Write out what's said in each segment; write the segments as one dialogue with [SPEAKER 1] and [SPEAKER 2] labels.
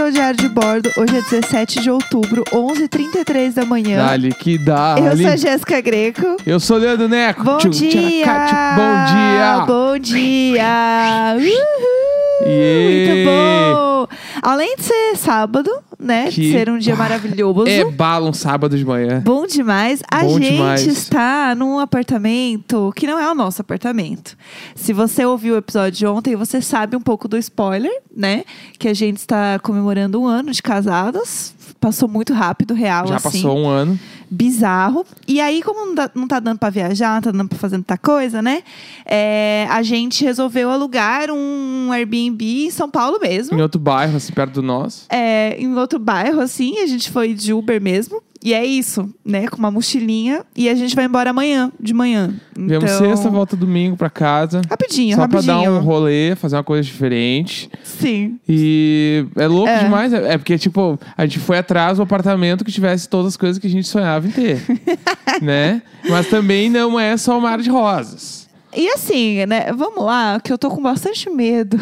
[SPEAKER 1] o Diário de Bordo. Hoje é 17 de outubro, 11h33 da manhã.
[SPEAKER 2] Dali, que dá.
[SPEAKER 1] Eu sou a Jéssica Greco.
[SPEAKER 2] Eu sou o Leandro Neco.
[SPEAKER 1] Bom
[SPEAKER 2] Tchum,
[SPEAKER 1] dia!
[SPEAKER 2] tcharacachi. Bom dia!
[SPEAKER 1] Bom dia! Uhul!
[SPEAKER 2] Iê!
[SPEAKER 1] Muito bom! Além de ser sábado, né?
[SPEAKER 2] Que-
[SPEAKER 1] De ser um dia maravilhoso.
[SPEAKER 2] É bala um sábado de manhã.
[SPEAKER 1] Bom demais. A
[SPEAKER 2] Bom
[SPEAKER 1] gente
[SPEAKER 2] demais.
[SPEAKER 1] está num apartamento que não é o nosso apartamento. Se você ouviu o episódio de ontem, você sabe um pouco do spoiler, né? Que a gente está comemorando um ano de casados. Passou muito rápido, real,
[SPEAKER 2] Já
[SPEAKER 1] assim.
[SPEAKER 2] passou um ano.
[SPEAKER 1] Bizarro. E aí, como não, dá- não tá dando pra viajar, não tá dando pra fazer muita coisa, né? É, a gente resolveu alugar um Airbnb em São Paulo mesmo
[SPEAKER 2] Em outro bairro, assim, perto do nosso.
[SPEAKER 1] é, em outro bairro, assim, a gente foi de Uber mesmo. E é isso, né? Com uma mochilinha. E a gente vai embora amanhã, de manhã. Então,
[SPEAKER 2] Viemos sexta, volta domingo pra casa.
[SPEAKER 1] Rapidinho,
[SPEAKER 2] só
[SPEAKER 1] rapidinho.
[SPEAKER 2] pra dar um rolê, fazer uma coisa diferente.
[SPEAKER 1] Sim.
[SPEAKER 2] E é louco
[SPEAKER 1] É.
[SPEAKER 2] demais. É é porque, tipo, a gente foi atrás do apartamento que tivesse todas as coisas que a gente sonhava em ter. né? Mas também não é só um mar de rosas.
[SPEAKER 1] E assim, né? Vamos lá, que eu tô com bastante medo.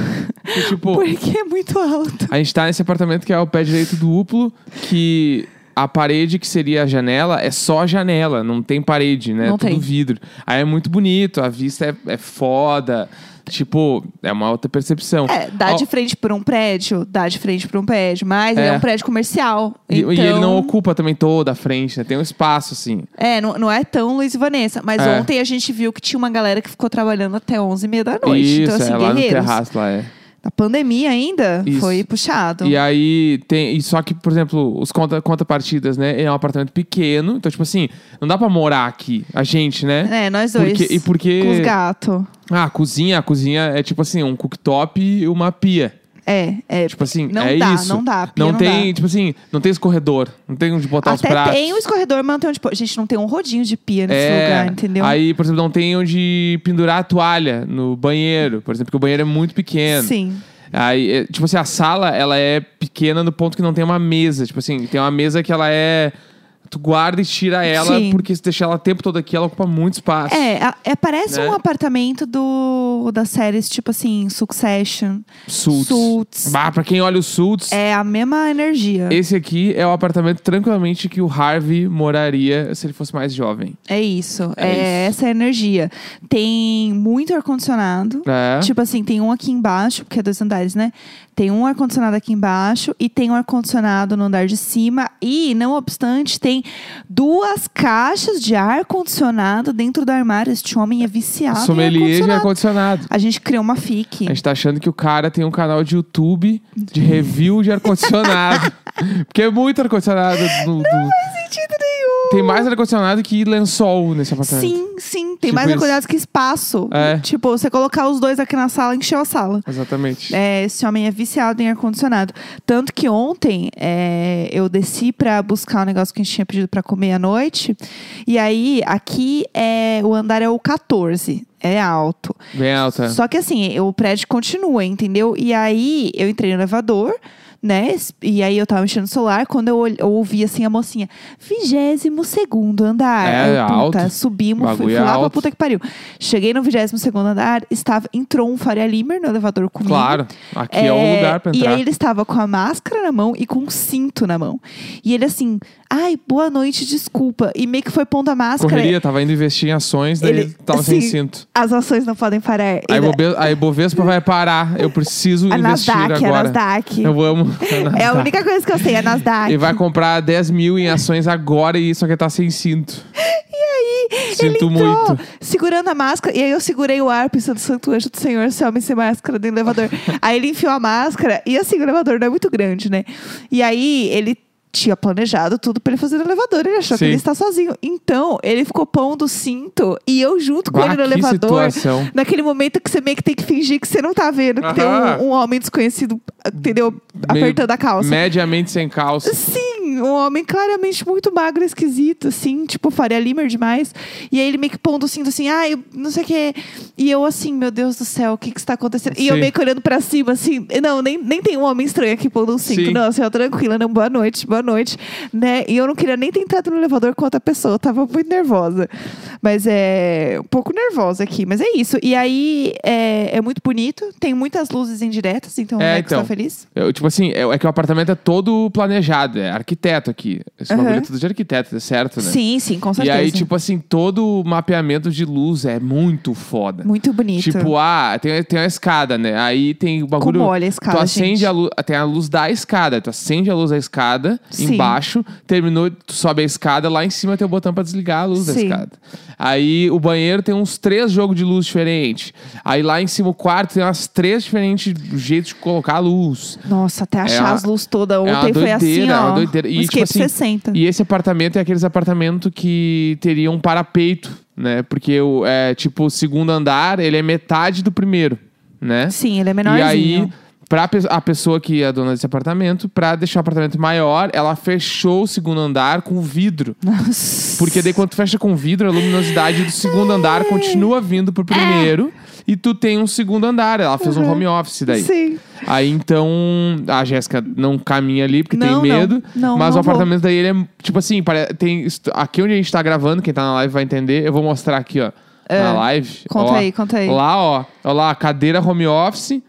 [SPEAKER 2] E, tipo,
[SPEAKER 1] Porque é muito alto.
[SPEAKER 2] A gente tá nesse apartamento que é o pé direito duplo, que a parede que seria a janela é só janela, não tem parede, né?
[SPEAKER 1] Não
[SPEAKER 2] Tudo
[SPEAKER 1] tem.
[SPEAKER 2] vidro. Aí é muito bonito, a vista é, é foda. Tipo, é uma outra percepção.
[SPEAKER 1] É, dá
[SPEAKER 2] Ó,
[SPEAKER 1] de frente por um prédio, dá de frente por um prédio, mas é,
[SPEAKER 2] É.
[SPEAKER 1] um prédio comercial.
[SPEAKER 2] e,
[SPEAKER 1] então,
[SPEAKER 2] e ele não ocupa também toda a frente, né? Tem um espaço, assim.
[SPEAKER 1] É, não, não é tão Luiz e Vanessa. Mas
[SPEAKER 2] É.
[SPEAKER 1] ontem a gente viu que tinha uma galera que ficou trabalhando até 11h30 da noite.
[SPEAKER 2] Isso,
[SPEAKER 1] então, assim,
[SPEAKER 2] é lá no
[SPEAKER 1] guerreiros.
[SPEAKER 2] terraço, lá é.
[SPEAKER 1] A pandemia ainda
[SPEAKER 2] Isso.
[SPEAKER 1] foi puxado.
[SPEAKER 2] E aí tem. E só que, por exemplo, os conta, contrapartidas, né? É um apartamento pequeno. Então, tipo assim, não dá pra morar aqui, a gente, né?
[SPEAKER 1] É, nós dois.
[SPEAKER 2] Porque- e porque-
[SPEAKER 1] Com os gatos.
[SPEAKER 2] Ah, a cozinha, a cozinha é tipo assim, um cooktop e uma pia.
[SPEAKER 1] É, é.
[SPEAKER 2] Tipo assim,
[SPEAKER 1] não
[SPEAKER 2] é
[SPEAKER 1] dá,
[SPEAKER 2] isso.
[SPEAKER 1] não dá. pia
[SPEAKER 2] Não, tem,
[SPEAKER 1] dá.
[SPEAKER 2] tipo assim, não tem escorredor, não tem onde botar os
[SPEAKER 1] Até
[SPEAKER 2] pratos.
[SPEAKER 1] tem o escorredor, mas não tem onde. pôr. Gente, não tem um rodinho de pia nesse
[SPEAKER 2] É,
[SPEAKER 1] lugar, entendeu?
[SPEAKER 2] Aí, por exemplo, não tem onde pendurar a toalha no banheiro, por exemplo, porque o banheiro é muito pequeno.
[SPEAKER 1] Sim.
[SPEAKER 2] Aí, é, tipo assim, a sala, ela é pequena no ponto que não tem uma mesa. Tipo assim, tem uma mesa que ela é. Tu guarda e tira ela,
[SPEAKER 1] Sim.
[SPEAKER 2] porque se deixar ela o tempo todo aqui, ela ocupa muito espaço.
[SPEAKER 1] É, a- é, parece
[SPEAKER 2] Né?
[SPEAKER 1] um apartamento do, das séries, tipo assim, Succession.
[SPEAKER 2] Sults.
[SPEAKER 1] Sults.
[SPEAKER 2] Bah, pra quem olha os Sults,
[SPEAKER 1] É a mesma energia.
[SPEAKER 2] Esse aqui é o apartamento tranquilamente que o Harvey moraria se ele fosse mais jovem.
[SPEAKER 1] É isso.
[SPEAKER 2] É
[SPEAKER 1] É,
[SPEAKER 2] isso.
[SPEAKER 1] essa energia. Tem muito ar-condicionado.
[SPEAKER 2] É.
[SPEAKER 1] Tipo assim, tem um aqui embaixo, porque é dois andares, né? Tem um ar-condicionado aqui embaixo e tem um ar-condicionado no andar de cima. E, não obstante, tem duas caixas de ar-condicionado dentro do armário. Este homem é viciado
[SPEAKER 2] Sommelier
[SPEAKER 1] em
[SPEAKER 2] de
[SPEAKER 1] ar-condicionado.
[SPEAKER 2] ar-condicionado.
[SPEAKER 1] A gente criou uma FIC.
[SPEAKER 2] A gente tá achando que o cara tem um canal de YouTube de review de ar-condicionado. Porque é muito ar-condicionado. do- do-
[SPEAKER 1] é sentido nenhum.
[SPEAKER 2] Tem mais ar-condicionado que lençol nesse apartamento.
[SPEAKER 1] Sim, sim. Tem
[SPEAKER 2] Tipo
[SPEAKER 1] mais
[SPEAKER 2] isso.
[SPEAKER 1] ar-condicionado que espaço.
[SPEAKER 2] É.
[SPEAKER 1] Tipo, você colocar os dois aqui na sala, encheu a sala.
[SPEAKER 2] Exatamente.
[SPEAKER 1] É, esse homem é viciado em ar-condicionado. Tanto que ontem é, eu desci pra buscar um negócio que a gente tinha pedido pra comer à noite. E aí, aqui é o andar é o 14. É alto.
[SPEAKER 2] Bem alta.
[SPEAKER 1] Só que assim, eu- o prédio continua, entendeu? E aí eu entrei no elevador, né? Es- E aí eu tava mexendo no celular, quando eu, ol- eu ouvi assim a mocinha, 22 segundo andar.
[SPEAKER 2] É,
[SPEAKER 1] Aí eu, puta,
[SPEAKER 2] alto.
[SPEAKER 1] subimos, fui,
[SPEAKER 2] Bagulho
[SPEAKER 1] fui
[SPEAKER 2] é
[SPEAKER 1] lá pra
[SPEAKER 2] alto.
[SPEAKER 1] puta que pariu. Cheguei no 22 segundo andar, estava, entrou um Faria Limer no elevador comigo.
[SPEAKER 2] Claro. Aqui é, o lugar pra
[SPEAKER 1] E
[SPEAKER 2] entrar.
[SPEAKER 1] aí ele tá estava com a máscara na mão e com um cinto na mão. E ele assim, ai, boa noite, desculpa. E meio que foi pondo a máscara.
[SPEAKER 2] Correria, tava indo investir em ações, daí
[SPEAKER 1] Ele-
[SPEAKER 2] tava sem
[SPEAKER 1] sim.
[SPEAKER 2] cinto.
[SPEAKER 1] As ações não podem parar.
[SPEAKER 2] Aí
[SPEAKER 1] Ele-
[SPEAKER 2] Bobe- aí Bovespa vai parar. Eu preciso
[SPEAKER 1] a
[SPEAKER 2] investir
[SPEAKER 1] Nasdaq, a
[SPEAKER 2] agora.
[SPEAKER 1] Nasdaq.
[SPEAKER 2] Eu amo.
[SPEAKER 1] É a única coisa que eu sei, é Nasdaq.
[SPEAKER 2] Ele vai comprar 10 mil em ações agora e só que tá sem cinto. E aí?
[SPEAKER 1] Ele
[SPEAKER 2] Sinto
[SPEAKER 1] entrou
[SPEAKER 2] muito.
[SPEAKER 1] segurando a máscara, e aí eu segurei o ar pensando, santo anjo do senhor, esse homem sem máscara dentro do elevador. aí ele enfiou a máscara, e assim, o elevador não é muito grande, né? E aí ele tinha planejado tudo pra ele fazer no elevador, ele achou
[SPEAKER 2] Sim.
[SPEAKER 1] que ele está sozinho. Então, ele ficou pondo o cinto, e eu junto com
[SPEAKER 2] Bah,
[SPEAKER 1] ele no
[SPEAKER 2] que
[SPEAKER 1] elevador...
[SPEAKER 2] situação.
[SPEAKER 1] Naquele momento que você meio que tem que fingir que você não tá vendo, que tem
[SPEAKER 2] Aham.
[SPEAKER 1] um, um homem desconhecido, entendeu?
[SPEAKER 2] Meio
[SPEAKER 1] Apertando a calça.
[SPEAKER 2] Mediamente sem calça.
[SPEAKER 1] Sim, homem, um homem claramente muito magro, esquisito, assim, tipo Faria Limer demais. E aí ele meio que pondo assim, assim, ah, eu não sei o que. E eu assim, meu Deus do céu, o que que está acontecendo? E eu
[SPEAKER 2] Sim.
[SPEAKER 1] meio que olhando pra cima, assim, não, nem, nem tem um homem estranho aqui pondo um cinto.
[SPEAKER 2] Sim.
[SPEAKER 1] Não, assim, ó, tranquila, não, boa noite, boa noite, né? E eu não queria nem ter entrado no elevador com outra pessoa, eu tava muito nervosa. Mas é, um pouco nervosa aqui, mas é isso. E aí, é, é muito bonito, tem muitas luzes indiretas, então o
[SPEAKER 2] É,
[SPEAKER 1] Max tá
[SPEAKER 2] então.
[SPEAKER 1] feliz.
[SPEAKER 2] Eu, tipo assim, é, é que o apartamento é todo planejado, é arquiteto aqui. Esse
[SPEAKER 1] Aham.
[SPEAKER 2] bagulho é tudo de arquiteto, é certo, né?
[SPEAKER 1] Sim, sim, com
[SPEAKER 2] E
[SPEAKER 1] certeza.
[SPEAKER 2] aí, tipo assim, todo o mapeamento de luz é muito foda.
[SPEAKER 1] muito bonito.
[SPEAKER 2] Tipo, ah, tem, tem a escada, né? Aí tem o bagulho.
[SPEAKER 1] Como olha a escada,
[SPEAKER 2] tu acende
[SPEAKER 1] gente.
[SPEAKER 2] a luz, tem a luz da escada. Tu acende a luz da escada
[SPEAKER 1] Sim.
[SPEAKER 2] embaixo, terminou, tu sobe a escada, lá em cima tem o botão pra desligar a luz da
[SPEAKER 1] Sim.
[SPEAKER 2] escada. Aí o banheiro tem uns três jogos de luz diferentes. Aí lá em cima o quarto tem umas três diferentes jeitos de colocar a luz.
[SPEAKER 1] Nossa, até achar
[SPEAKER 2] uma-
[SPEAKER 1] as luzes todas. Ontem
[SPEAKER 2] uma
[SPEAKER 1] foi assim,
[SPEAKER 2] doideira, é
[SPEAKER 1] ó.
[SPEAKER 2] uma doideira. E,
[SPEAKER 1] um
[SPEAKER 2] tipo
[SPEAKER 1] escape
[SPEAKER 2] assim,
[SPEAKER 1] 60.
[SPEAKER 2] E esse apartamento é aqueles apartamentos que teriam um parapeito, né? Porque o é, tipo, o segundo andar, ele é metade do primeiro, né?
[SPEAKER 1] Sim, ele é
[SPEAKER 2] E aí,
[SPEAKER 1] menorzinho.
[SPEAKER 2] pra pe- a pessoa que é dona desse apartamento, pra deixar o apartamento maior, ela fechou o segundo andar com vidro.
[SPEAKER 1] Nossa.
[SPEAKER 2] Porque daí quando tu fecha com vidro, a luminosidade do segundo andar continua vindo
[SPEAKER 1] É.
[SPEAKER 2] pro primeiro. E tu tem um segundo andar. Ela fez um home office daí.
[SPEAKER 1] Uhum. Sim.
[SPEAKER 2] Aí então a Jéssica não caminha ali porque
[SPEAKER 1] Não, não.
[SPEAKER 2] tem medo.
[SPEAKER 1] Não,
[SPEAKER 2] mas
[SPEAKER 1] não
[SPEAKER 2] o apartamento daí ele é tipo assim, pare- tem est- aqui onde a gente tá gravando, quem tá na live vai entender. Eu vou mostrar aqui, ó, na live.
[SPEAKER 1] É. Conta
[SPEAKER 2] Ó,
[SPEAKER 1] aí, conta aí.
[SPEAKER 2] Lá, ó, ó lá, cadeira home office.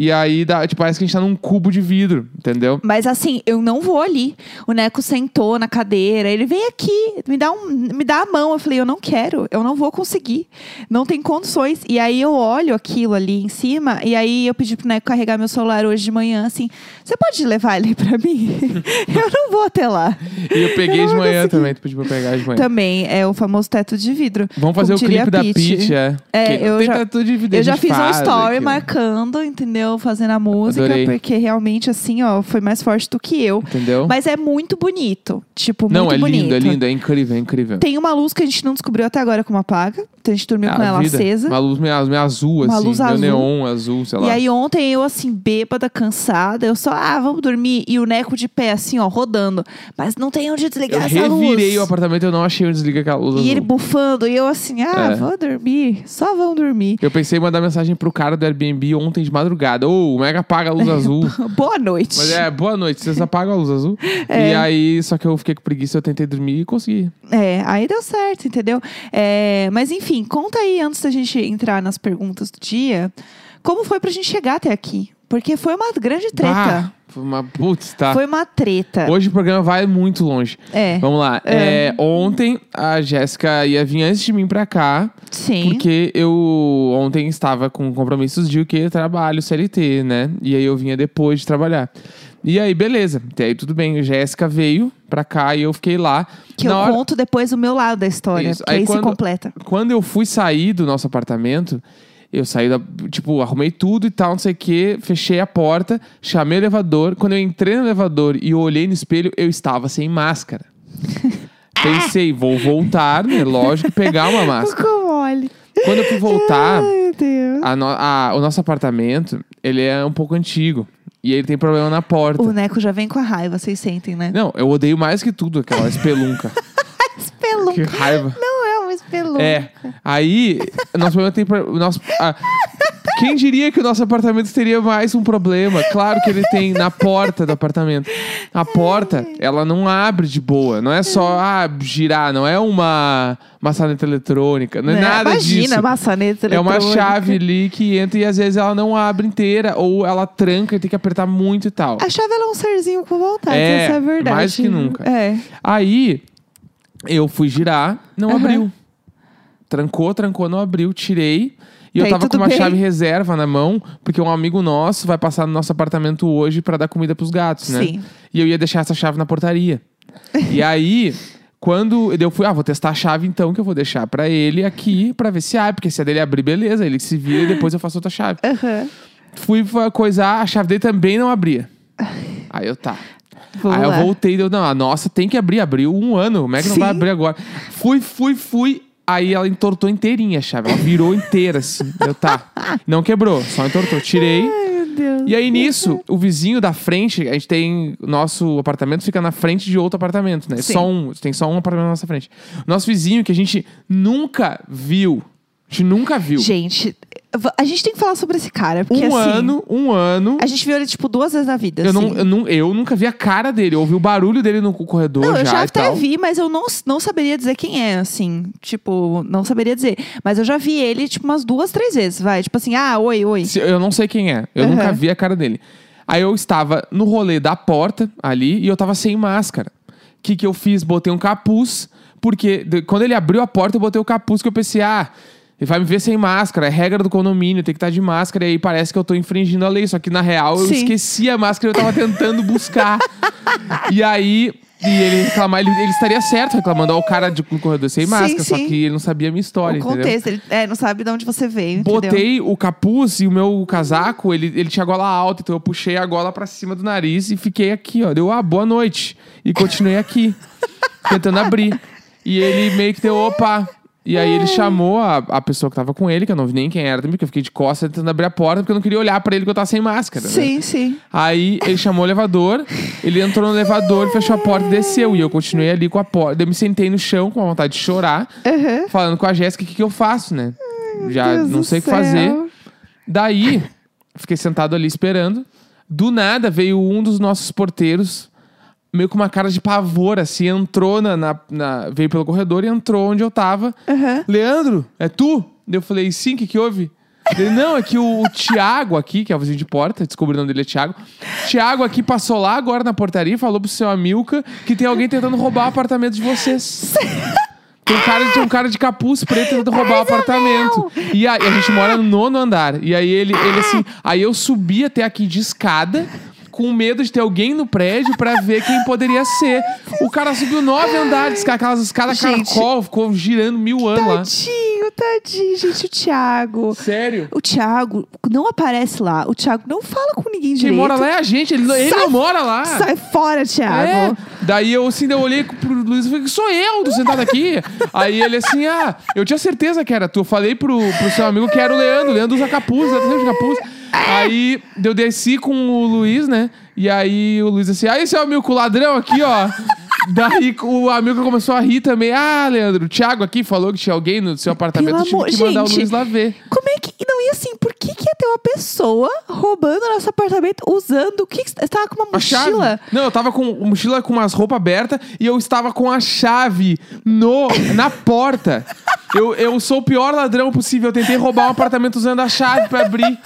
[SPEAKER 2] E aí dá, tipo, parece que a gente tá num cubo de vidro, entendeu?
[SPEAKER 1] Mas assim, eu não vou ali. O Neco sentou na cadeira, ele vem aqui, me dá, um, me dá a mão. Eu falei, eu não quero, eu não vou conseguir. Não tem condições. E aí eu olho aquilo ali em cima, e aí eu pedi pro Neco carregar meu celular hoje de manhã, assim, você pode levar ele pra mim? eu não vou até lá.
[SPEAKER 2] E eu peguei
[SPEAKER 1] Eu
[SPEAKER 2] de
[SPEAKER 1] não
[SPEAKER 2] manhã
[SPEAKER 1] consegui.
[SPEAKER 2] também, tu pediu pra eu pegar de manhã.
[SPEAKER 1] Também é o famoso teto de vidro.
[SPEAKER 2] Vamos fazer o
[SPEAKER 1] Como diria
[SPEAKER 2] clipe da
[SPEAKER 1] Pitty.
[SPEAKER 2] Pitty, é.
[SPEAKER 1] É,
[SPEAKER 2] Que-
[SPEAKER 1] eu
[SPEAKER 2] tem
[SPEAKER 1] já-
[SPEAKER 2] tatu de vidro, a
[SPEAKER 1] Eu já
[SPEAKER 2] gente
[SPEAKER 1] fiz um
[SPEAKER 2] faz
[SPEAKER 1] story
[SPEAKER 2] aqui, ó.
[SPEAKER 1] marcando, entendeu? Fazendo a música,
[SPEAKER 2] Adorei.
[SPEAKER 1] porque realmente, assim, ó, foi mais forte do que eu.
[SPEAKER 2] Entendeu?
[SPEAKER 1] Mas é muito bonito. Tipo,
[SPEAKER 2] não,
[SPEAKER 1] muito
[SPEAKER 2] é
[SPEAKER 1] bonito.
[SPEAKER 2] lindo, é lindo, é incrível, é incrível.
[SPEAKER 1] Tem uma luz que a gente não descobriu até agora como apaga. Então a gente dormiu
[SPEAKER 2] Ah,
[SPEAKER 1] com ela
[SPEAKER 2] vida.
[SPEAKER 1] acesa.
[SPEAKER 2] Uma luz meio, meio azul,
[SPEAKER 1] Uma
[SPEAKER 2] assim.
[SPEAKER 1] luz
[SPEAKER 2] meio
[SPEAKER 1] azul.
[SPEAKER 2] neon azul, sei lá.
[SPEAKER 1] E aí ontem eu, assim, bêbada, cansada, eu só, ah, vamos dormir. E o Neco de pé, assim, ó, rodando. Mas não tem onde
[SPEAKER 2] eu
[SPEAKER 1] desligar essa
[SPEAKER 2] revirei o
[SPEAKER 1] luz.
[SPEAKER 2] apartamento, eu não achei onde desliga aquela luz
[SPEAKER 1] E ele
[SPEAKER 2] azul.
[SPEAKER 1] bufando. E eu assim, ah,
[SPEAKER 2] É.
[SPEAKER 1] vou dormir. Só vão dormir.
[SPEAKER 2] Eu pensei em mandar mensagem pro cara do Airbnb ontem de madrugada. Ô, o Mega apaga a
[SPEAKER 1] É,
[SPEAKER 2] luz azul.
[SPEAKER 1] Boa noite.
[SPEAKER 2] Mas é, boa noite, vocês apagam a luz azul. E aí, só que eu fiquei com preguiça, eu tentei dormir e consegui.
[SPEAKER 1] É, aí deu certo, entendeu? É, mas enfim, conta aí, antes da gente entrar nas perguntas do dia, como foi pra gente chegar até aqui? Porque foi uma grande treta.
[SPEAKER 2] Ah, foi uma putz, tá.
[SPEAKER 1] Foi uma treta.
[SPEAKER 2] Hoje o programa vai muito longe.
[SPEAKER 1] É,
[SPEAKER 2] Vamos lá. É, ontem a Jéssica ia vir antes de mim pra cá.
[SPEAKER 1] sim.
[SPEAKER 2] Porque eu ontem estava com compromissos de o que trabalho, CLT, né? E aí eu vinha depois de trabalhar. E aí, beleza. Até aí tudo bem. Jéssica veio pra cá e eu fiquei lá.
[SPEAKER 1] Que
[SPEAKER 2] Na
[SPEAKER 1] eu
[SPEAKER 2] hora-
[SPEAKER 1] conto depois o meu lado da história.
[SPEAKER 2] Isso.
[SPEAKER 1] Que
[SPEAKER 2] Aí
[SPEAKER 1] aí, se
[SPEAKER 2] quando-
[SPEAKER 1] completa.
[SPEAKER 2] Quando eu fui sair do nosso apartamento, eu saí da. Tipo, arrumei tudo e tal, não sei o quê. Fechei a porta, chamei o elevador. Quando eu entrei no elevador e eu olhei no espelho, eu estava sem máscara. Pensei, vou voltar, né? Lógico, pegar uma máscara.
[SPEAKER 1] Ficou mole.
[SPEAKER 2] Quando eu fui voltar.
[SPEAKER 1] Ai, meu Deus.
[SPEAKER 2] A no- a- o nosso apartamento, ele é um pouco antigo. E ele tem problema na porta.
[SPEAKER 1] O Neco já vem com a raiva, vocês sentem, né?
[SPEAKER 2] Não, eu odeio mais que tudo aquela espelunca. que
[SPEAKER 1] Espelunca.
[SPEAKER 2] raiva.
[SPEAKER 1] Não é uma espelunca.
[SPEAKER 2] É. Aí, o nosso problema tem. pro- o Nosso, ah, quem diria que o nosso apartamento teria mais um problema? Claro que ele tem na porta do apartamento. A porta, ela não abre de boa. Não é só ah, girar, não é uma maçaneta eletrônica. Não é
[SPEAKER 1] Né?
[SPEAKER 2] nada
[SPEAKER 1] Imagina,
[SPEAKER 2] disso.
[SPEAKER 1] maçaneta
[SPEAKER 2] É uma
[SPEAKER 1] eletrônica.
[SPEAKER 2] chave ali que entra e às vezes ela não abre inteira ou ela tranca e tem que apertar muito e tal.
[SPEAKER 1] A chave ela é um serzinho com vontade,
[SPEAKER 2] É,
[SPEAKER 1] essa é a verdade.
[SPEAKER 2] mais que nunca.
[SPEAKER 1] É.
[SPEAKER 2] Aí eu fui girar, não
[SPEAKER 1] Aham.
[SPEAKER 2] abriu. Trancou, trancou, não abriu, tirei. E eu
[SPEAKER 1] Tá, e
[SPEAKER 2] tava com
[SPEAKER 1] tudo
[SPEAKER 2] uma
[SPEAKER 1] bem?
[SPEAKER 2] chave reserva na mão, porque um amigo nosso vai passar no nosso apartamento hoje pra dar comida pros gatos, né?
[SPEAKER 1] Sim.
[SPEAKER 2] E eu ia deixar essa chave na portaria. e aí, quando eu fui, ah, vou testar a chave então, que eu vou deixar pra ele aqui, pra ver se abre, porque se a dele abrir, beleza, ele se vira e depois eu faço outra chave.
[SPEAKER 1] Aham.
[SPEAKER 2] Fui fa- coisar, a chave dele também não abria. Aí eu tá.
[SPEAKER 1] Vou
[SPEAKER 2] Aí
[SPEAKER 1] lá.
[SPEAKER 2] eu voltei e deu, não, a nossa tem que abrir, abriu um ano, como é que não
[SPEAKER 1] Sim.
[SPEAKER 2] vai abrir agora? Fui, fui, fui. Aí ela entortou inteirinha a chave, ela virou inteira assim. Eu tá. Não quebrou, só entortou. Tirei.
[SPEAKER 1] Ai, meu Deus.
[SPEAKER 2] E aí nisso, o vizinho da frente, a gente tem. Nosso apartamento fica na frente de outro apartamento, né?
[SPEAKER 1] Sim.
[SPEAKER 2] Só um, tem só um apartamento na nossa frente. Nosso vizinho que a gente nunca viu. A gente nunca viu.
[SPEAKER 1] Gente, v- a gente tem que falar sobre esse cara, porque
[SPEAKER 2] um
[SPEAKER 1] assim,
[SPEAKER 2] ano, um ano.
[SPEAKER 1] a gente viu ele tipo duas vezes na vida.
[SPEAKER 2] Eu,
[SPEAKER 1] assim.
[SPEAKER 2] não, eu, não- eu nunca vi a cara dele. Eu ouvi o barulho dele no corredor
[SPEAKER 1] Não,
[SPEAKER 2] já
[SPEAKER 1] eu já
[SPEAKER 2] e
[SPEAKER 1] até
[SPEAKER 2] tal.
[SPEAKER 1] vi, mas eu não, não saberia dizer quem é, assim. Tipo, não saberia dizer. Mas eu já vi ele, tipo, umas duas, três vezes, vai. Tipo assim, ah, oi, oi.
[SPEAKER 2] Se- Eu não sei quem é. Eu
[SPEAKER 1] Aham.
[SPEAKER 2] nunca vi a cara dele. Aí eu estava no rolê da porta ali e eu tava sem máscara. O que, que eu fiz? Botei um capuz, porque de- quando ele abriu a porta, eu botei o capuz que eu pensei, ah. Ele vai me ver sem máscara, é regra do condomínio, tem que estar de máscara, e aí parece que eu tô infringindo a lei. Só que na real eu
[SPEAKER 1] Sim.
[SPEAKER 2] esqueci a máscara e eu tava tentando buscar. e aí, e ele reclamar, ele, ele estaria certo reclamando, ó, o cara de no corredor sem
[SPEAKER 1] Sim,
[SPEAKER 2] máscara, só
[SPEAKER 1] sim.
[SPEAKER 2] que ele não sabia a
[SPEAKER 1] o
[SPEAKER 2] minha história, entendeu?
[SPEAKER 1] contexto, ele é, não sabe de onde você veio, entendeu?
[SPEAKER 2] Botei o capuz e o meu casaco, ele, ele tinha gola alta, então eu puxei a gola pra cima do nariz e fiquei aqui, ó. Deu, ah, boa noite. E continuei aqui, tentando abrir. E ele meio que deu, opa. E aí ele chamou a, a pessoa que tava com ele, que eu não vi nem quem era também, porque eu fiquei de costas tentando abrir a porta, porque eu não queria olhar pra ele que eu tava sem máscara, né?
[SPEAKER 1] Sim, sim.
[SPEAKER 2] Aí ele chamou o elevador, ele entrou no elevador, fechou a porta e desceu. E eu continuei ali com a porta. Eu me sentei no chão com a vontade de chorar, falando com a Jéssica o que, que eu faço, né? Já
[SPEAKER 1] Deus
[SPEAKER 2] não
[SPEAKER 1] do
[SPEAKER 2] sei o que
[SPEAKER 1] céu.
[SPEAKER 2] fazer. Daí, fiquei sentado ali esperando. Do nada veio um dos nossos porteiros, meio com uma cara de pavor, assim, entrou na. na- na- veio pelo corredor e entrou onde eu tava.
[SPEAKER 1] Aham.
[SPEAKER 2] Leandro, é tu? Eu falei, sim, o que, que houve? Ele, não, é que o, o Tiago aqui, que é o vizinho de porta, descobri o nome dele é Tiago. Tiago aqui passou lá agora na portaria e falou pro seu Amilca que tem alguém tentando roubar o apartamento de vocês. Tem um cara, tem um cara de capuz preto tentando roubar o apartamento. E a, e a gente mora no nono andar. E aí ele, ele assim. Aí eu subi até aqui de escada. Com medo de ter alguém no prédio pra ver quem poderia ser. O cara subiu nove andares, com aquelas escadas
[SPEAKER 1] Gente.
[SPEAKER 2] caracol, ficou girando mil anos lá.
[SPEAKER 1] Tadinho, tadinho, gente, o Thiago.
[SPEAKER 2] Sério?
[SPEAKER 1] O Thiago não aparece lá. O Thiago não fala com ninguém
[SPEAKER 2] Quem
[SPEAKER 1] direito.
[SPEAKER 2] mora lá é a gente, ele, ele
[SPEAKER 1] Sai-
[SPEAKER 2] não mora lá.
[SPEAKER 1] Sai fora,
[SPEAKER 2] É.
[SPEAKER 1] Thiago.
[SPEAKER 2] Daí eu assim, daí eu olhei pro Luiz e falei, sou eu, tô sentado aqui. Aí ele assim, ah, eu tinha certeza que era tu. Eu falei pro, pro seu amigo que era o Leandro. O Leandro usa capuz, usa de capuz. Aí eu desci com o Luiz, né? E aí o Luiz assim, aí seu amigo com o ladrão aqui, ó. Daí o amigo começou a rir também. Ah, Leandro, o Thiago aqui falou que tinha alguém no seu apartamento.
[SPEAKER 1] Pelo
[SPEAKER 2] eu tive
[SPEAKER 1] amor-
[SPEAKER 2] que mandar
[SPEAKER 1] gente.
[SPEAKER 2] o Luiz lá ver.
[SPEAKER 1] Como é que. Não, e assim, por que, que ia ter uma pessoa roubando o nosso apartamento usando. O que, que você você tava com uma
[SPEAKER 2] A chave?
[SPEAKER 1] mochila?
[SPEAKER 2] Não, eu tava com mochila com umas roupas abertas e eu estava com a chave no, na porta. Eu, eu sou o pior ladrão possível. Eu tentei roubar um apartamento usando a chave pra abrir.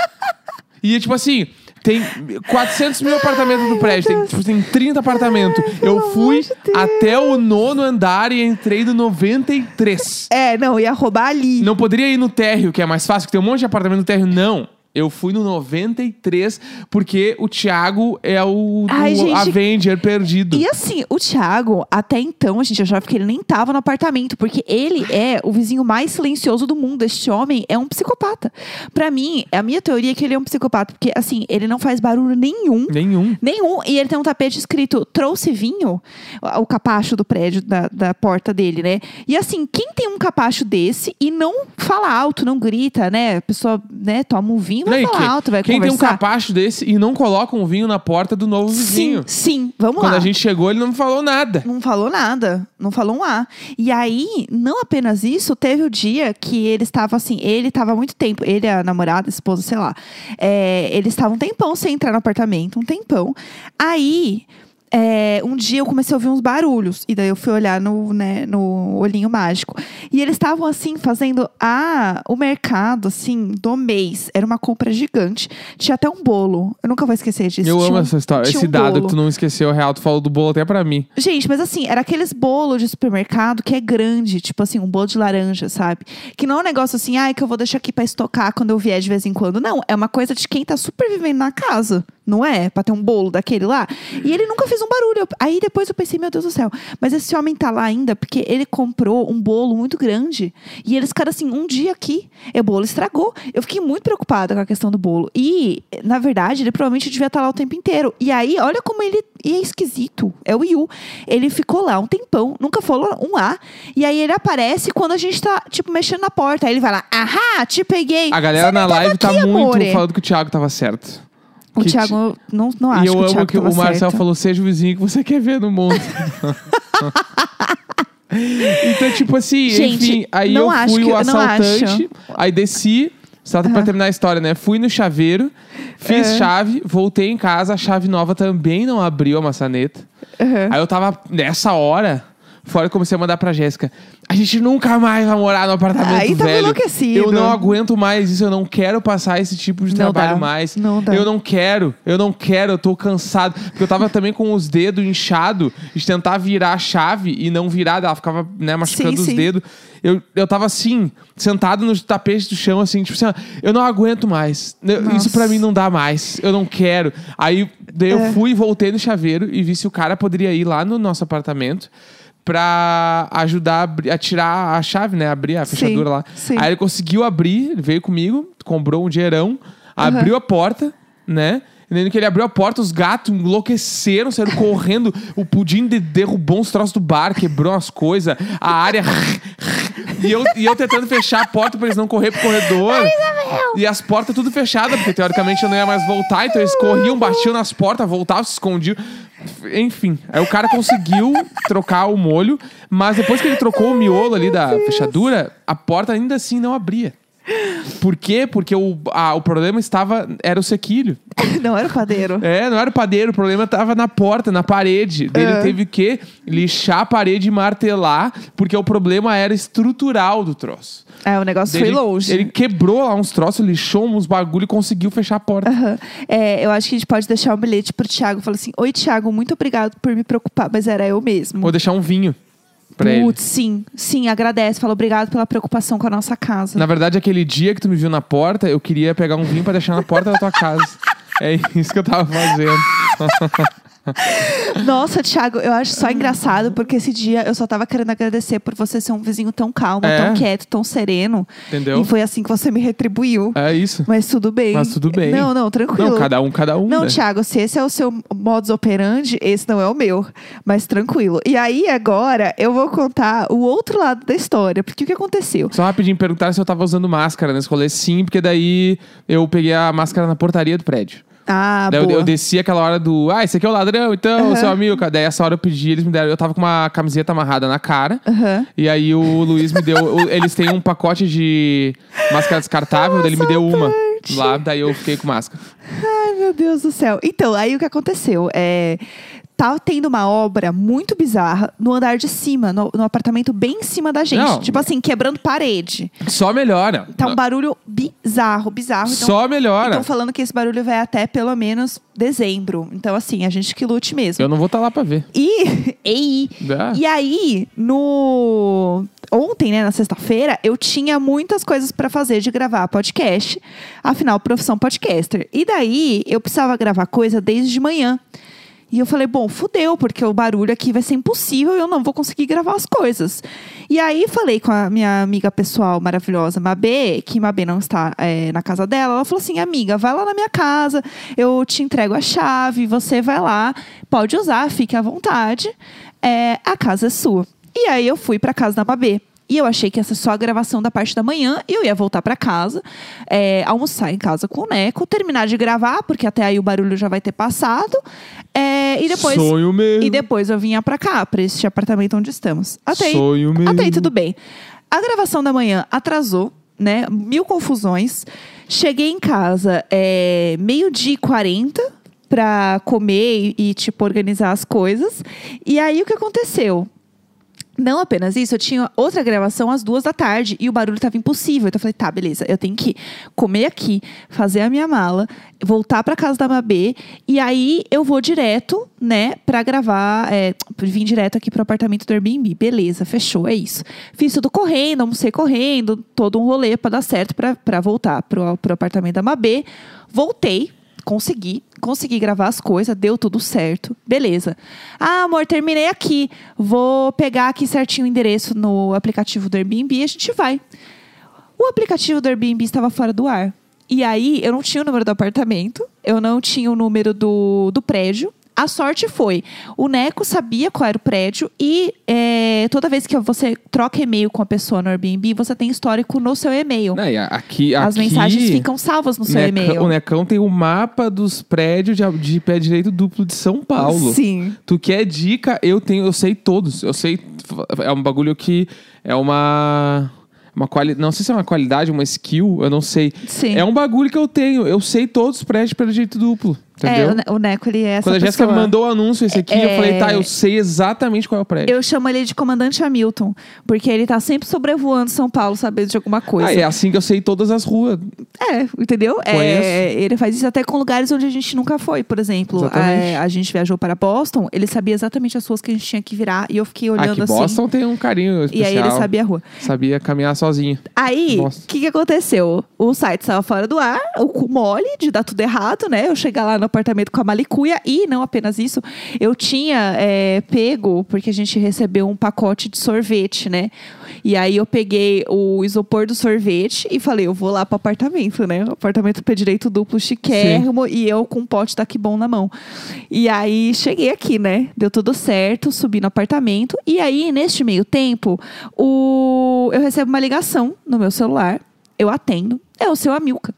[SPEAKER 2] E tipo assim, tem 400 mil apartamentos no prédio, tem, tipo, tem 30 apartamentos.
[SPEAKER 1] pelo
[SPEAKER 2] eu fui
[SPEAKER 1] amor de Deus.
[SPEAKER 2] até o nono andar e entrei no 93.
[SPEAKER 1] É, não, ia roubar ali.
[SPEAKER 2] Não poderia ir no térreo, que é mais fácil, que tem um monte de apartamento no térreo. Não. Eu fui no 93, porque o Thiago é o,
[SPEAKER 1] Ai,
[SPEAKER 2] o
[SPEAKER 1] gente.
[SPEAKER 2] Avenger perdido.
[SPEAKER 1] E assim, o Thiago, até então, a gente achava que ele nem tava no apartamento, porque ele é o vizinho mais silencioso do mundo. Este homem é um psicopata. Pra mim, a minha teoria é que ele é um psicopata, porque assim, ele não faz barulho nenhum.
[SPEAKER 2] Nenhum.
[SPEAKER 1] Nenhum. E ele tem um tapete escrito trouxe vinho, o capacho do prédio, da, da porta dele, né? E assim, quem tem um capacho desse e não fala alto, não grita, né? A pessoa, né, toma um vinho, vai
[SPEAKER 2] Não, e
[SPEAKER 1] falar
[SPEAKER 2] que-
[SPEAKER 1] alto, vai
[SPEAKER 2] Quem
[SPEAKER 1] conversar.
[SPEAKER 2] tem um capacho desse e não coloca um vinho na porta do novo
[SPEAKER 1] Sim,
[SPEAKER 2] vizinho.
[SPEAKER 1] sim, vamos
[SPEAKER 2] Quando
[SPEAKER 1] lá.
[SPEAKER 2] a gente chegou, ele não me falou nada.
[SPEAKER 1] Não falou nada, não falou um A. E aí, não apenas isso, teve o dia que ele estava assim, ele estava há muito tempo, ele, a namorada, a esposa, sei lá. é, ele estava um tempão sem entrar no apartamento, um tempão. Aí, é, um dia eu comecei a ouvir uns barulhos, e daí eu fui olhar no, né, no olhinho mágico. E eles estavam assim, fazendo ah, o mercado, assim, do mês. Era uma compra gigante. Tinha até um bolo. Eu nunca vou esquecer disso.
[SPEAKER 2] Eu
[SPEAKER 1] Tinha
[SPEAKER 2] amo
[SPEAKER 1] um-
[SPEAKER 2] essa história,
[SPEAKER 1] tinha
[SPEAKER 2] esse
[SPEAKER 1] um
[SPEAKER 2] dado
[SPEAKER 1] bolo.
[SPEAKER 2] que tu não esqueceu, é real, tu falou do bolo até pra mim.
[SPEAKER 1] Gente, mas assim, era aqueles bolos de supermercado que é grande, tipo assim, um bolo de laranja, sabe? Que não é um negócio assim, ai, que eu vou deixar aqui pra estocar quando eu vier de vez em quando. Não, é uma coisa de quem tá supervivendo na casa, não é? Pra ter um bolo daquele lá. E ele nunca fez um barulho. Eu- Aí depois eu pensei, meu Deus do céu, mas esse homem tá lá ainda porque ele comprou um bolo muito grande. E eles ficaram assim, um dia aqui, e o bolo estragou. Eu fiquei muito preocupada com a questão do bolo. E, na verdade, ele provavelmente devia estar lá o tempo inteiro. E aí, olha como ele e é esquisito. É o Yu. Ele ficou lá um tempão, nunca falou um A. E aí ele aparece quando a gente tá, tipo, mexendo na porta. Aí ele vai lá, ahá, te peguei.
[SPEAKER 2] A galera
[SPEAKER 1] Você nem
[SPEAKER 2] na
[SPEAKER 1] tava
[SPEAKER 2] live tá
[SPEAKER 1] aqui,
[SPEAKER 2] muito
[SPEAKER 1] amore."
[SPEAKER 2] falando que o Thiago tava certo.
[SPEAKER 1] O
[SPEAKER 2] Que
[SPEAKER 1] Thiago, não, não acho
[SPEAKER 2] e eu
[SPEAKER 1] que o
[SPEAKER 2] amo
[SPEAKER 1] Thiago
[SPEAKER 2] que
[SPEAKER 1] tava
[SPEAKER 2] o Marcel
[SPEAKER 1] certo.
[SPEAKER 2] falou: seja o vizinho que você quer ver no mundo. então, tipo assim,
[SPEAKER 1] Gente,
[SPEAKER 2] enfim, aí
[SPEAKER 1] não
[SPEAKER 2] eu
[SPEAKER 1] acho
[SPEAKER 2] fui
[SPEAKER 1] que-
[SPEAKER 2] o
[SPEAKER 1] eu não
[SPEAKER 2] assaltante, aí desci. Só pra terminar a história, né? Fui no chaveiro, fiz
[SPEAKER 1] É.
[SPEAKER 2] chave, voltei em casa, a chave nova também não abriu a maçaneta. Aí eu tava nessa hora, fora eu comecei a mandar pra Jéssica. A gente nunca mais vai morar no apartamento
[SPEAKER 1] Aí tava
[SPEAKER 2] velho.
[SPEAKER 1] enlouquecido.
[SPEAKER 2] Eu não aguento mais isso, eu não quero passar esse tipo de
[SPEAKER 1] Não
[SPEAKER 2] trabalho
[SPEAKER 1] dá,
[SPEAKER 2] mais.
[SPEAKER 1] não dá.
[SPEAKER 2] Eu não quero, eu não quero, eu tô cansado. Porque eu tava também com os dedos inchados de tentar virar a chave e não virar, ela ficava né, machucando
[SPEAKER 1] Sim,
[SPEAKER 2] os
[SPEAKER 1] sim.
[SPEAKER 2] dedos. Eu, eu tava assim, sentado no tapete do chão, assim, tipo assim, ó, eu não aguento mais. Eu-
[SPEAKER 1] Nossa.
[SPEAKER 2] isso pra mim não dá mais. Eu não quero. Aí daí eu
[SPEAKER 1] É.
[SPEAKER 2] fui, voltei no chaveiro e vi se o cara poderia ir lá no nosso apartamento pra ajudar a, abri- a tirar a chave, né? Abrir a
[SPEAKER 1] Sim,
[SPEAKER 2] fechadura lá.
[SPEAKER 1] sim.
[SPEAKER 2] Aí ele conseguiu abrir, ele veio comigo, comprou um dinheirão, abriu a porta, né? E nem que ele abriu a porta, os gatos enlouqueceram, saíram correndo. O pudim de- derrubou uns troços do bar, quebrou as coisas. A área. e, eu, e eu tentando fechar a porta pra eles não correr pro corredor. E as portas tudo fechadas, porque teoricamente eu não ia mais voltar. Então eles corriam, batiam nas portas, voltavam, se escondiam. Enfim, aí o cara conseguiu trocar o molho, mas depois que ele trocou o miolo ali da fechadura, a porta ainda assim não abria. Por quê? Porque o, a- o problema estava. Era o sequilho.
[SPEAKER 1] não era o padeiro.
[SPEAKER 2] É, não era o padeiro, o problema estava na porta, na parede. Daí Ele teve que lixar a parede e martelar, porque o problema era estrutural do troço.
[SPEAKER 1] É, o negócio
[SPEAKER 2] Daí
[SPEAKER 1] foi
[SPEAKER 2] ele,
[SPEAKER 1] longe.
[SPEAKER 2] Ele quebrou lá uns troços, lixou uns bagulho e conseguiu fechar a porta.
[SPEAKER 1] Aham. É, eu acho que a gente pode deixar um bilhete pro Thiago. Falar assim: Oi, Thiago, muito obrigado por me preocupar, mas era eu mesmo.
[SPEAKER 2] Ou deixar um vinho pra ele.
[SPEAKER 1] Putz, sim, sim, agradece. Fala obrigado pela preocupação com a nossa casa.
[SPEAKER 2] Na verdade, aquele dia que tu me viu na porta, eu queria pegar um vinho pra deixar na porta da tua casa. É isso que eu tava fazendo.
[SPEAKER 1] Nossa, Thiago, eu acho só engraçado, porque esse dia eu só tava querendo agradecer por você ser um vizinho tão calmo,
[SPEAKER 2] É.
[SPEAKER 1] tão quieto, tão sereno.
[SPEAKER 2] Entendeu?
[SPEAKER 1] E foi assim que você me retribuiu.
[SPEAKER 2] É isso.
[SPEAKER 1] Mas tudo bem.
[SPEAKER 2] Mas tudo bem.
[SPEAKER 1] Não, não, tranquilo.
[SPEAKER 2] Não, cada um, cada um.
[SPEAKER 1] Não,
[SPEAKER 2] né?
[SPEAKER 1] Thiago, se esse é o seu modus operandi, esse não é o meu. Mas tranquilo. E aí, agora, eu vou contar o outro lado da história. Porque o que aconteceu?
[SPEAKER 2] Só rapidinho perguntar se eu tava usando máscara nesse rolê. Sim, porque daí eu peguei a máscara na portaria do prédio.
[SPEAKER 1] Ah,
[SPEAKER 2] daí eu,
[SPEAKER 1] boa.
[SPEAKER 2] eu desci aquela hora do. Ah, esse aqui é o ladrão, então, seu amigo. Daí essa hora eu pedi, eles me deram. Eu tava com uma camiseta amarrada na cara.
[SPEAKER 1] Aham.
[SPEAKER 2] E aí o Luiz me deu. o- eles têm um pacote de máscara descartável, daí ele me deu uma.
[SPEAKER 1] sorte.
[SPEAKER 2] Lá, daí eu fiquei com máscara.
[SPEAKER 1] Ai, meu Deus do céu. Então, aí o que aconteceu? É, tá tendo uma obra muito bizarra no andar de cima, no, no apartamento bem em cima da gente.
[SPEAKER 2] Não.
[SPEAKER 1] Tipo assim, quebrando parede.
[SPEAKER 2] Só melhora.
[SPEAKER 1] Tá um barulho bizarro, bizarro. Então,
[SPEAKER 2] Só melhora.
[SPEAKER 1] Estão falando que esse barulho vai até pelo menos dezembro. Então, assim, a gente que lute mesmo.
[SPEAKER 2] Eu não vou estar lá pra ver.
[SPEAKER 1] E, e,
[SPEAKER 2] Ah.
[SPEAKER 1] e aí, no ontem, né, na sexta-feira, eu tinha muitas coisas pra fazer de gravar podcast. Afinal, profissão podcaster. E daí, eu precisava gravar coisa desde de manhã. E eu falei, bom, fudeu, porque o barulho aqui vai ser impossível e eu não vou conseguir gravar as coisas. E aí falei com a minha amiga pessoal maravilhosa, Mabê, que Mabê não está é, na casa dela. Ela falou assim: amiga, vai lá na minha casa, eu te entrego a chave, você vai lá, pode usar, fique à vontade. É, a casa é sua. E aí eu fui pra casa da Mabê. E eu achei que essa é só a gravação da parte da manhã. E eu ia voltar pra casa, é, almoçar em casa com o Neco, terminar de gravar, porque até aí o barulho já vai ter passado. É, e depois.
[SPEAKER 2] Sonho meu.
[SPEAKER 1] E depois eu vinha pra cá, pra este apartamento onde estamos. Até aí,
[SPEAKER 2] Sonho meu.
[SPEAKER 1] até aí tudo bem. A gravação da manhã atrasou, né? Mil confusões. Cheguei em casa é, meio-dia e 40 pra comer e, e, tipo, organizar as coisas. E aí o que aconteceu? Não apenas isso, eu tinha outra gravação às duas da tarde e o barulho estava impossível. Então eu falei, tá, beleza, eu tenho que comer aqui, fazer a minha mala, voltar para casa da Mabê e aí eu vou direto, né, para gravar, é, vim direto aqui pro apartamento do Airbnb. Beleza, fechou, é isso. Fiz tudo correndo, almocei correndo, todo um rolê para dar certo para voltar pro, pro apartamento da Mabê. Voltei, Consegui, consegui gravar as coisas, deu tudo certo. Beleza. Ah, amor, terminei aqui. Vou pegar aqui certinho o endereço no aplicativo do Airbnb e a gente vai. O aplicativo do Airbnb estava fora do ar. E aí, eu não tinha o número do apartamento, eu não tinha o número do, do prédio. A sorte foi, o Neco sabia qual era o prédio e é, toda vez que você troca e-mail com a pessoa no Airbnb, você tem histórico no seu e-mail.
[SPEAKER 2] Não, e a- aqui,
[SPEAKER 1] As
[SPEAKER 2] aqui,
[SPEAKER 1] mensagens ficam salvas no seu
[SPEAKER 2] Neca-
[SPEAKER 1] e-mail.
[SPEAKER 2] O Necão tem o mapa dos prédios de, de pé direito duplo de São Paulo.
[SPEAKER 1] Sim.
[SPEAKER 2] Tu quer dica? Eu tenho, eu sei todos. Eu sei. É um bagulho que é uma. Uma quali... Não sei se é uma qualidade, uma skill, eu não sei.
[SPEAKER 1] Sim.
[SPEAKER 2] É um bagulho que eu tenho. Eu sei todos os prédios pelo direito duplo.
[SPEAKER 1] É,
[SPEAKER 2] Entendeu?
[SPEAKER 1] o Ne- o Neco, ele é essa
[SPEAKER 2] Quando a Jéssica
[SPEAKER 1] pessoa.
[SPEAKER 2] mandou o anúncio esse aqui, eu
[SPEAKER 1] É.
[SPEAKER 2] falei, tá, eu sei exatamente qual é o prédio.
[SPEAKER 1] Eu chamo ele de Comandante Hamilton, porque ele tá sempre sobrevoando São Paulo, sabendo de alguma coisa.
[SPEAKER 2] Ah, é assim que eu sei todas as ruas.
[SPEAKER 1] É, entendeu? É,
[SPEAKER 2] Conheço.
[SPEAKER 1] ele faz isso até com lugares onde a gente nunca foi. Por exemplo,
[SPEAKER 2] Exatamente.
[SPEAKER 1] a, a gente viajou para Boston, ele sabia exatamente as ruas que a gente tinha que virar e eu fiquei olhando
[SPEAKER 2] Aqui
[SPEAKER 1] assim.
[SPEAKER 2] Ah, Boston tem um carinho
[SPEAKER 1] E
[SPEAKER 2] especial.
[SPEAKER 1] aí ele sabia a rua.
[SPEAKER 2] Sabia caminhar sozinho.
[SPEAKER 1] Aí, o
[SPEAKER 2] Boston.
[SPEAKER 1] que, que aconteceu? O site estava fora do ar, o cu mole de dar tudo errado, né? Eu chegar lá no apartamento com a malicuia e não apenas isso, eu tinha é, pego, porque a gente recebeu um pacote de sorvete, né? E aí eu peguei o isopor do sorvete e falei, eu vou lá pro apartamento, né? O apartamento pé direito duplo, chiquérrimo, e eu com um pote da que bom na mão. E aí cheguei aqui, né? Deu tudo certo, subi no apartamento. E aí, neste meio tempo, o... eu recebo uma ligação no meu celular. Eu atendo. É o seu Amilca.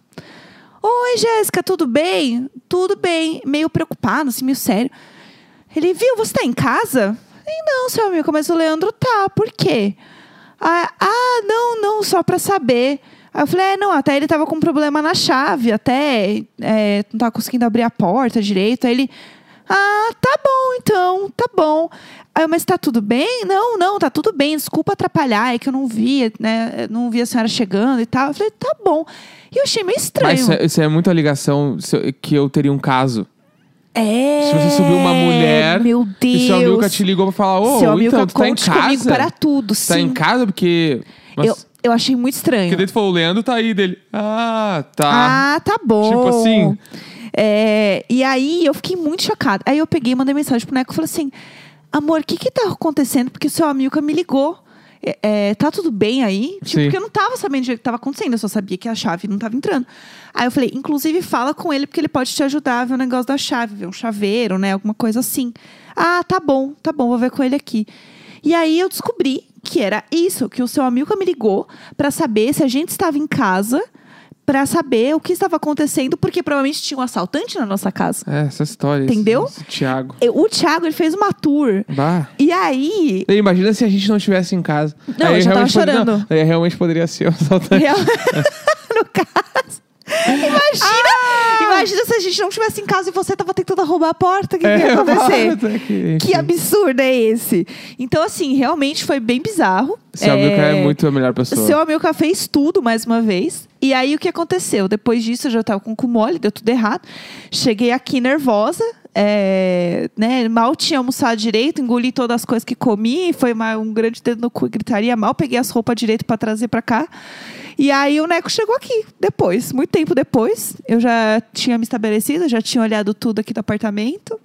[SPEAKER 1] Oi, Jéssica, tudo bem? Tudo bem. Meio preocupado, assim, meio sério. Ele, viu, você tá em casa? E não, seu amigo, mas o Leandro tá. Por quê? Ah, ah, não, não, só pra saber. Aí eu falei, é, não, até ele tava com problema na chave, até é, não tava conseguindo abrir a porta direito. Aí ele, ah, tá bom então, tá bom. Aí eu, mas tá tudo bem? Não, não, tá tudo bem, desculpa atrapalhar, é que eu não via, né, não vi a senhora chegando e tal. Eu falei, tá bom. E eu achei meio estranho.
[SPEAKER 2] Mas isso é, isso é muita ligação se- que eu teria um caso.
[SPEAKER 1] É.
[SPEAKER 2] Se você subiu uma mulher
[SPEAKER 1] Meu Deus.
[SPEAKER 2] E seu amigo te ligou pra falar, ô,
[SPEAKER 1] Seu amigo
[SPEAKER 2] então, tu tá em
[SPEAKER 1] conte comigo
[SPEAKER 2] casa?
[SPEAKER 1] para tudo,
[SPEAKER 2] Tá em
[SPEAKER 1] sim.
[SPEAKER 2] casa porque... Mas,
[SPEAKER 1] eu, eu achei muito
[SPEAKER 2] Porque
[SPEAKER 1] estranho.
[SPEAKER 2] daí tu falou, o Leandro tá aí dele. Ah, tá.
[SPEAKER 1] Ah, tá bom.
[SPEAKER 2] Tipo assim.
[SPEAKER 1] É, e aí eu fiquei muito chocada. Aí eu peguei e mandei mensagem pro Neco e falei assim: amor, o que que tá acontecendo? Porque seu amigo me ligou. É, é, tá tudo bem aí? Tipo,
[SPEAKER 2] Sim.
[SPEAKER 1] porque eu não tava sabendo o que tava acontecendo, eu só sabia que a chave não tava entrando. Aí eu falei, inclusive fala com ele, porque ele pode te ajudar a ver o negócio da chave, ver um chaveiro, né? Alguma coisa assim. Ah, tá bom, tá bom, vou ver com ele aqui. E aí eu descobri que era isso, que o seu amigo me ligou pra saber se a gente estava em casa, pra saber o que estava acontecendo, porque provavelmente tinha um assaltante na nossa casa.
[SPEAKER 2] É, essa história.
[SPEAKER 1] Entendeu?
[SPEAKER 2] Esse, esse Thiago.
[SPEAKER 1] E O Thiago, ele fez uma tour.
[SPEAKER 2] Bah.
[SPEAKER 1] E aí,
[SPEAKER 2] Daí Imagina se a gente não estivesse em casa.
[SPEAKER 1] Não, eu já tava
[SPEAKER 2] realmente poderia-
[SPEAKER 1] chorando.
[SPEAKER 2] não, aí realmente poderia ser um assaltante.
[SPEAKER 1] Real- no caso. Imagina,
[SPEAKER 2] Ah!
[SPEAKER 1] imagina se a gente não estivesse em casa e você tava tentando roubar a porta. O que, que ia acontecer?
[SPEAKER 2] É, que,
[SPEAKER 1] Que absurdo é esse? Então, assim, realmente foi bem bizarro.
[SPEAKER 2] Seu amigo é muito a melhor pessoa.
[SPEAKER 1] Seu Amilcar fez tudo mais uma vez. E aí o que aconteceu? Depois disso eu já tava com o cu mole, deu tudo errado. Cheguei aqui nervosa, é, né? Mal tinha almoçado direito, engoli todas as coisas que comi, foi uma- um grande dedo no cu e gritaria. Mal peguei as roupas direito para trazer para cá. E aí o Neco chegou aqui depois, muito tempo depois. Eu já tinha me estabelecido, já tinha olhado tudo aqui do apartamento.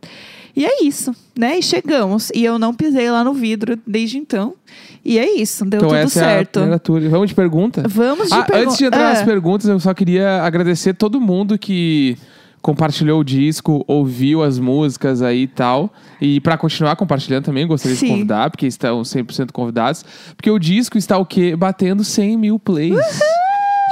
[SPEAKER 1] E é isso, né? E chegamos. E eu não pisei lá no vidro desde então. E é isso, deu
[SPEAKER 2] então
[SPEAKER 1] tudo
[SPEAKER 2] essa
[SPEAKER 1] certo.
[SPEAKER 2] é a primeira tour. Vamos de pergunta?
[SPEAKER 1] Vamos de
[SPEAKER 2] Ah,
[SPEAKER 1] pergun-
[SPEAKER 2] Antes de entrar
[SPEAKER 1] Ah,
[SPEAKER 2] nas perguntas, eu só queria agradecer todo mundo que compartilhou o disco, ouviu as músicas aí e tal. E pra continuar compartilhando também, gostaria
[SPEAKER 1] Sim.
[SPEAKER 2] de convidar, porque estão 100% convidados. Porque o disco está o quê? Batendo 100 mil plays.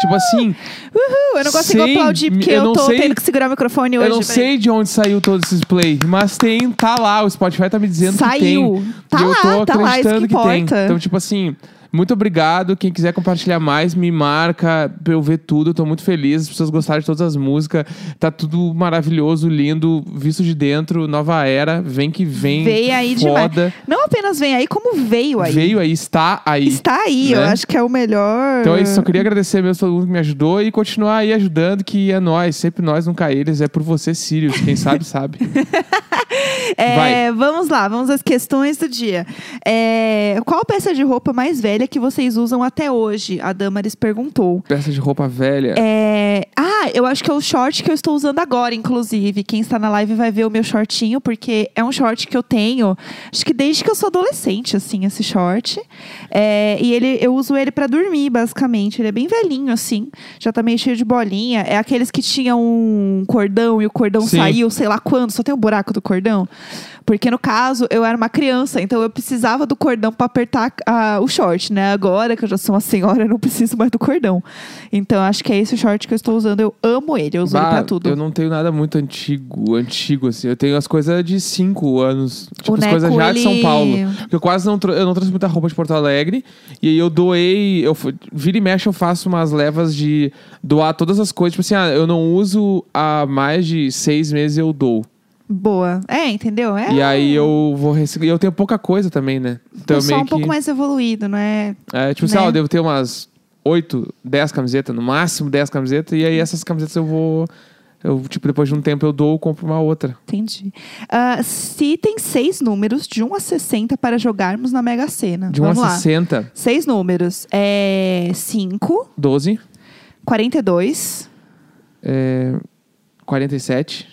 [SPEAKER 2] Tipo assim,
[SPEAKER 1] Uhul, eu não consigo
[SPEAKER 2] Sim,
[SPEAKER 1] aplaudir porque
[SPEAKER 2] eu
[SPEAKER 1] eu,
[SPEAKER 2] não
[SPEAKER 1] tô
[SPEAKER 2] sei-
[SPEAKER 1] tendo que segurar o microfone hoje.
[SPEAKER 2] eu não
[SPEAKER 1] peraí.
[SPEAKER 2] sei de onde saiu todos esses plays, mas tem, tá lá, o Spotify tá me dizendo que tem.
[SPEAKER 1] Saiu. Tá
[SPEAKER 2] e eu tô
[SPEAKER 1] lá, tá lá, isso
[SPEAKER 2] acreditando
[SPEAKER 1] que
[SPEAKER 2] que, tem.
[SPEAKER 1] importa.
[SPEAKER 2] Então, tipo assim, muito obrigado. Quem quiser compartilhar mais, me marca pra eu ver tudo. Eu tô muito feliz. As pessoas gostaram de todas as músicas. Tá tudo maravilhoso, lindo, visto de dentro, nova era. Vem que vem.
[SPEAKER 1] Veio aí
[SPEAKER 2] foda.
[SPEAKER 1] demais. Não apenas vem aí, como veio aí.
[SPEAKER 2] Veio aí, está aí.
[SPEAKER 1] Está aí,
[SPEAKER 2] né?
[SPEAKER 1] eu acho que é o melhor.
[SPEAKER 2] Então é isso, só queria agradecer mesmo todo mundo que me ajudou e continuar aí ajudando, que é nós, sempre nós, nunca eles, é por você, Sirius, quem sabe, sabe.
[SPEAKER 1] É,
[SPEAKER 2] Vai.
[SPEAKER 1] Vamos lá, vamos às questões do dia. É, qual peça de roupa mais velha que vocês usam até hoje? A Damaris perguntou.
[SPEAKER 2] Peça de roupa velha.
[SPEAKER 1] É, Ah, eu acho que é o short que eu estou usando agora, inclusive. Quem está na live vai ver o meu shortinho, porque é um short que eu tenho, acho que desde que eu sou adolescente, assim, esse short. É, e ele, eu uso ele para dormir, basicamente. Ele é bem velhinho, assim, já tá meio cheio de bolinha. É aqueles que tinham um cordão e o cordão
[SPEAKER 2] Sim.
[SPEAKER 1] saiu, sei lá quando, só tem o buraco do cordão. Porque no caso, eu era uma criança, então eu precisava do cordão para apertar ah, o short, né? Agora que eu já sou uma senhora, eu não preciso mais do cordão. Então acho que é esse o short que eu estou usando. Eu amo ele, eu uso ele
[SPEAKER 2] Bah,
[SPEAKER 1] pra tudo.
[SPEAKER 2] Eu não tenho nada muito antigo, antigo, assim. Eu tenho as coisas de cinco anos. Tipo,
[SPEAKER 1] O
[SPEAKER 2] as
[SPEAKER 1] Neco,
[SPEAKER 2] coisas já de São
[SPEAKER 1] ele-
[SPEAKER 2] Paulo. Porque eu quase não, tro- eu não trouxe muita roupa de Porto Alegre. E aí eu doei. Eu, fu- vira e mexe, eu faço umas levas de doar todas as coisas. Tipo assim, ah, eu não uso há mais de seis meses eu dou.
[SPEAKER 1] Boa. É, entendeu? É
[SPEAKER 2] E aí eu vou reciclar. E eu tenho pouca coisa também, né? Então
[SPEAKER 1] um
[SPEAKER 2] eu
[SPEAKER 1] pessoal
[SPEAKER 2] meio
[SPEAKER 1] um
[SPEAKER 2] que.
[SPEAKER 1] pouco mais evoluído, não é?
[SPEAKER 2] é, tipo assim, ah,
[SPEAKER 1] né?
[SPEAKER 2] eu devo ter umas oito, dez camisetas, no máximo dez camisetas. E aí essas camisetas eu vou. Eu, tipo, depois de um tempo eu dou ou compro uma outra.
[SPEAKER 1] Entendi. Ah, citem seis números de 1 a 60 para jogarmos na Mega Sena.
[SPEAKER 2] De 1 a
[SPEAKER 1] Vamos lá.
[SPEAKER 2] 60,
[SPEAKER 1] Seis números. É 5,
[SPEAKER 2] 12,
[SPEAKER 1] 42,
[SPEAKER 2] é, 47,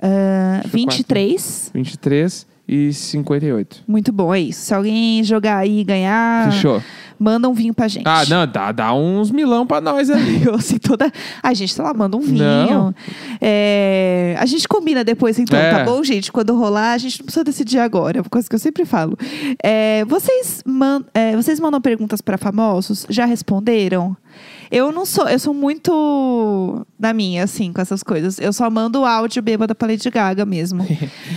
[SPEAKER 1] ah, 23.
[SPEAKER 2] 23 e 58.
[SPEAKER 1] Muito bom, é isso. Se alguém jogar aí e ganhar,
[SPEAKER 2] Fechou.
[SPEAKER 1] manda um vinho pra gente.
[SPEAKER 2] Ah, não, dá, dá uns milão pra nós ali.
[SPEAKER 1] Eu assim toda. A gente, sei lá, manda um vinho.
[SPEAKER 2] Não.
[SPEAKER 1] É, A gente combina depois, então,
[SPEAKER 2] É.
[SPEAKER 1] tá bom, gente? Quando rolar, a gente não precisa decidir agora. É uma coisa que eu sempre falo. É, vocês, man... é, vocês mandam perguntas pra famosos? Já responderam? Eu não sou. Eu sou muito da minha, assim, com essas coisas. Eu só mando áudio bêbada pra Lady Gaga mesmo.